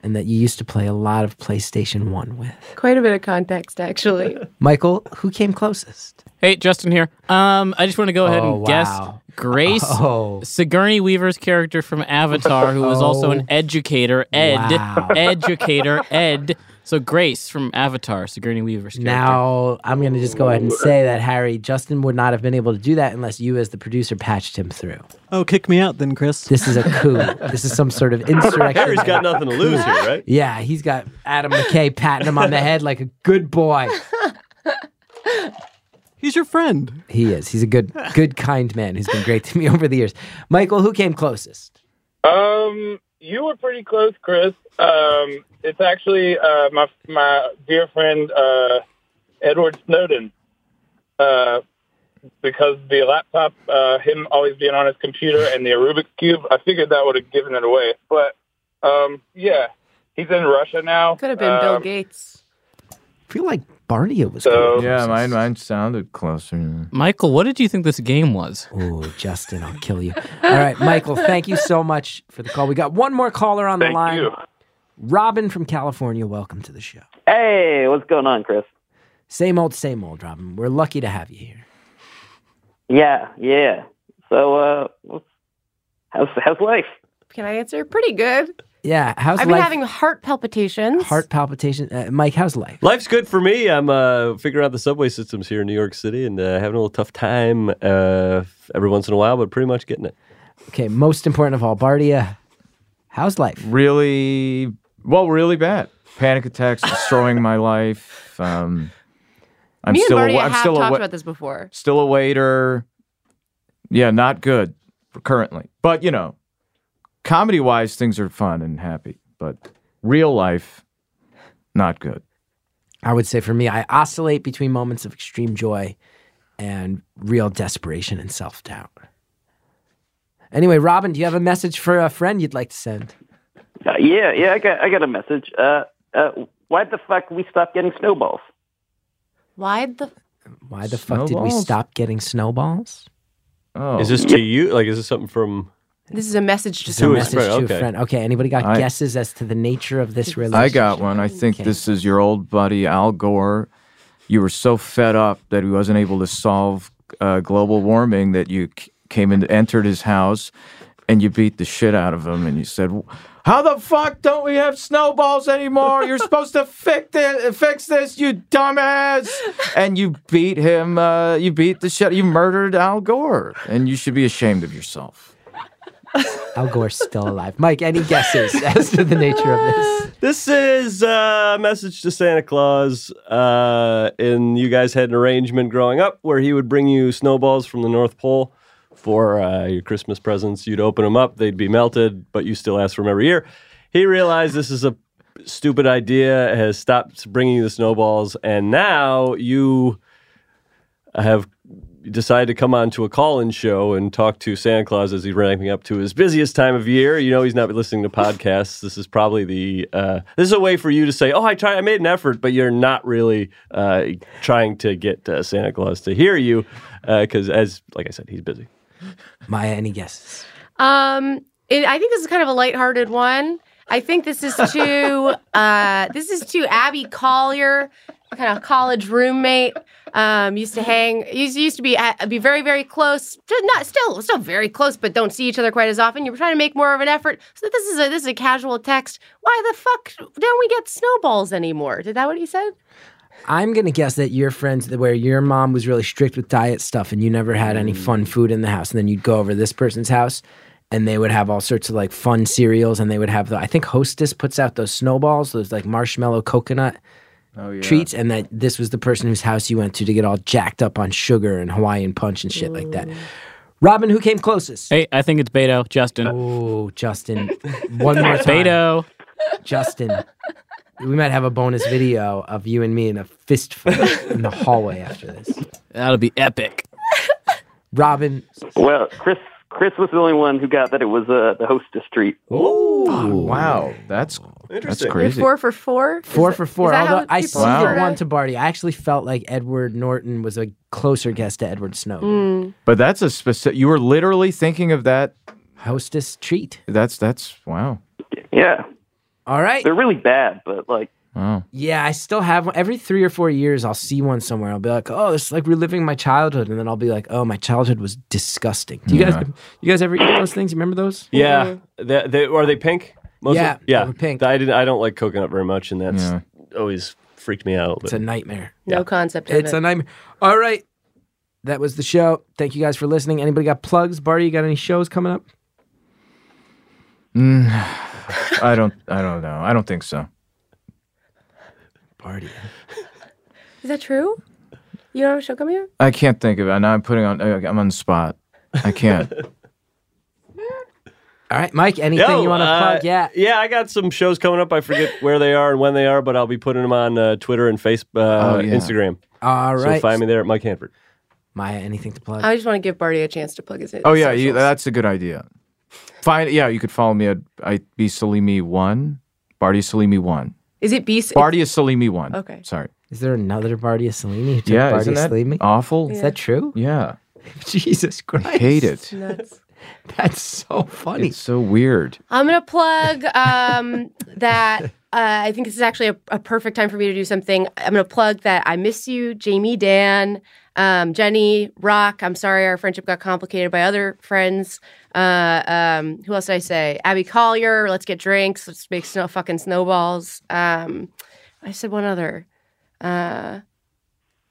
A: and that you used to play a lot of PlayStation 1 with.
D: Quite a bit of context, actually.
A: Michael, who came closest?
H: Hey, Justin here. Um, I just want to go ahead
A: Oh,
H: and guess
A: wow.
H: Grace
A: Oh.
H: Sigourney Weaver's character from Avatar, who was also
A: Oh.
H: an educator, Ed,
A: Wow.
H: educator, Ed. So Grace from Avatar, Sigourney Weaver's character.
A: Now, I'm going to just go ahead and say that, Harry, Justin would not have been able to do that unless you, as the producer, patched him through.
G: Oh, kick me out then, Chris.
A: This is a coup. this is some sort of insurrection.
F: Harry's got nothing to lose here, right?
A: Yeah, he's got Adam McKay patting him on the head like a good boy.
G: He's your friend.
A: He is. He's a good, good, kind man who's been great to me *laughs* over the years. Michael, who came closest?
I: Um, you were pretty close, Chris. Um, it's actually uh, my my dear friend uh, Edward Snowden. Uh, because the laptop, uh, him always being on his computer, and the Rubik's cube, I figured that would have given it away. But um, yeah, he's in Russia now.
D: Could have been Bill
I: Um,
D: Gates.
A: I feel like Bardia was
B: So-
A: close.
B: Yeah, mine, mine sounded closer.
H: Michael, what did you think this game was?
A: Ooh, Justin, I'll kill you. All right, Michael, thank you so much for the call. We got one more caller on the
K: Thank
A: line.
K: you.
A: Robin from California, welcome to the show.
K: Hey, what's going on, Chris?
A: Same old, same old, Robin. We're lucky to have you here.
K: Yeah, yeah. So, uh, what's- how's how's life?
D: Can I answer? Pretty good.
A: Yeah, how's
D: I've been
A: life?
D: having heart palpitations.
A: Heart palpitation. Uh, Mike, how's life?
F: Life's good for me. I'm uh, figuring out the subway systems here in New York City and uh, having a little tough time uh, every once in a while, but pretty much getting it.
A: Okay, most important of all, Bardia, how's life?
B: Really, well, really bad. Panic
D: *laughs*
B: attacks destroying my life. Um, I'm
D: Me
B: still,
D: and Bardia
B: i I'm
D: have
B: still
D: talked
B: awa-
D: about this before.
B: still a waiter. Yeah, not good currently. But you know, comedy wise, things are fun and happy. But real life, not good.
A: I would say for me, I oscillate between moments of extreme joy and real desperation and self doubt. Anyway, Robin, do you have a message for a friend you'd like to send?
K: Uh, yeah, yeah. I got I got a message. Uh, uh, why the fuck we stopped getting snowballs?
D: Why the?
A: Why the fuck did we
D: Snowballs?
A: stop getting snowballs?
B: Oh.
F: Is this to you? Like, is this something from?
D: This is a message to
A: It's a
F: To
D: someone.
F: his
A: message to
F: friend,
A: a
F: okay.
A: friend. Okay, anybody got
B: I-
A: guesses as to the nature of this relationship?
B: I got one. I think this is your old buddy Al Gore. You were so fed up that he wasn't able to solve uh, global warming that you c- came and entered his house and you beat the shit out of him and you said, "How the fuck don't we have snowballs anymore? You're supposed to fix this, fix this, you dumbass!" And you beat him. Uh, you beat the shit. You murdered Al Gore, and you should be ashamed of yourself.
A: Al Gore's still alive. Mike, any guesses as to the nature of this?
F: This is uh, a message to Santa Claus. Uh, and you guys had an arrangement growing up where he would bring you snowballs from the North Pole for uh, your Christmas presents. You'd open them up, they'd be melted, but you still asked for them every year. He realized this is a stupid idea, has stopped bringing you the snowballs, and now you have decided to come on to a call-in show and talk to Santa Claus as he's ramping up to his busiest time of year. You know he's not listening to podcasts. This is probably the uh, this is a way for you to say, "Oh, I tried, I made an effort," but you're not really uh, trying to get uh, Santa Claus to hear you because, as like I said, he's busy.
A: Maya, any guesses?
D: Um, it, I think this is kind of a lighthearted one. I think this is to uh, this is to Abby Collier, kind of college roommate. Um, used to hang, used, used to be at, be very very close. Just Not still still very close, but don't see each other quite as often. You're trying to make more of an effort. So this is a this is a casual text. Why the fuck don't we get snowballs anymore? Did that what he said?
A: I'm gonna guess that your friends, where your mom was really strict with diet stuff, and you never had
B: Mm.
A: any fun food in the house, and then you'd go over to this person's house, and they would have all sorts of like fun cereals, and they would have the. I think Hostess puts out those snowballs, those like marshmallow coconut
B: Oh yeah.
A: treats, and that this was the person whose house you went to to get all jacked up on sugar and Hawaiian punch and shit like that. Robin, who came closest?
H: Hey, I think it's Beto, Justin.
A: Oh, Justin, one more time.
H: Beto.
A: Justin. We might have a bonus video of you and me in a fist fight in the hallway after this.
H: That'll be epic.
A: Robin.
K: Well, Chris Chris was the only one who got that it was uh, the hostess treat.
B: Oh wow, that's that's
K: Interesting.
B: crazy.
D: Four for four.
A: Four for four.
D: that how
A: Although I see
D: people
B: Wow.
A: your
B: figure it
A: one to Barty. I actually felt like Edward Norton was a closer guest to Edward Snowden.
D: Mm.
B: But that's a specific. You were literally thinking of that.
A: Hostess treat.
B: That's that's wow,
K: Yeah.
A: All right.
K: They're really bad, but like,
B: wow.
A: Yeah, I still have one. Every three or four years, I'll see one somewhere. I'll be like, "Oh, it's like reliving my childhood," and then I'll be like, "Oh, my childhood was disgusting." Do you
B: Yeah.
A: guys, you guys ever eat those things? You remember those?
F: Yeah, they, they, are they pink?
A: Mm-hmm. Yeah,
F: yeah,
A: they were pink.
F: I didn't. I don't like coconut very much, and that's
B: Yeah.
F: always freaked me out. a little
A: It's a
F: bit.
A: nightmare.
D: No concept of
A: It's
D: it.
A: a nightmare. All right, that was the show. Thank you guys for listening. Anybody got plugs? Barty, you got any shows coming up?
B: Mm, I don't I don't know. I don't think so.
A: Barty.
D: is that true? You don't have a show coming up?
B: I can't think of it. Now I'm putting on. uh, I'm on the spot. I can't.
A: All right, Mike. Anything
F: Yo,
A: you want to
F: uh,
A: plug? Yeah.
F: yeah. I got some shows coming up. I forget where they are and when they are, but I'll be putting them on uh, Twitter and Facebook, uh,
B: Oh, yeah.
F: Instagram.
A: All right.
F: So find me there at Mike Hanford.
A: Maya, anything to plug?
D: I just want to give Barty a chance to plug his.
B: Oh yeah, you,
D: socials.
B: that's a good idea. Find yeah. You could follow me at I be Salimi one. Barty Salimi one.
D: Is it beast?
B: Barty is Salimi one.
D: Okay.
B: Sorry.
A: Is there another Bardia Salimi who took
B: yeah,
A: Bardia
B: isn't that
A: Salimi?
B: awful?
A: Is that true?
B: Yeah.
A: *laughs* Jesus Christ.
B: I hate it.
A: That's so funny.
B: It's so weird.
D: I'm gonna plug um, that. Uh, I think this is actually a, a perfect time for me to do something. I'm gonna plug that I miss you, Jamie, Dan, um, Jenny, Rock. I'm sorry our friendship got complicated by other friends. Uh, um, who else did I say? Abby Collier. Let's get drinks. Let's make snow fucking snowballs. Um, I said one other. Uh,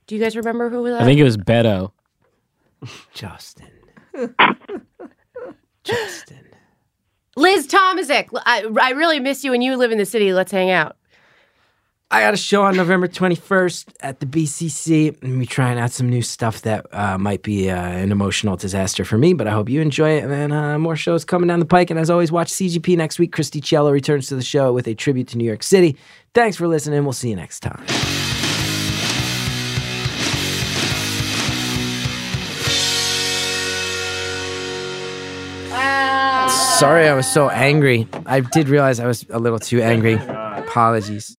D: do you guys remember who that?
H: I think it was Beto.
A: Justin. *laughs*
D: Liz Tomaszek. I, I really miss you, and you live in the city. Let's hang out.
A: I got a show on November 21st at the BCC. I'm be trying out some new stuff that uh, might be uh, an emotional disaster for me, but I hope you enjoy it. And then uh, more shows coming down the pike. And as always, watch CGP next week. Christy Cello returns to the show with a tribute to New York City. Thanks for listening. We'll see you next time. Sorry, I was so angry. I did realize I was a little too angry. Apologies.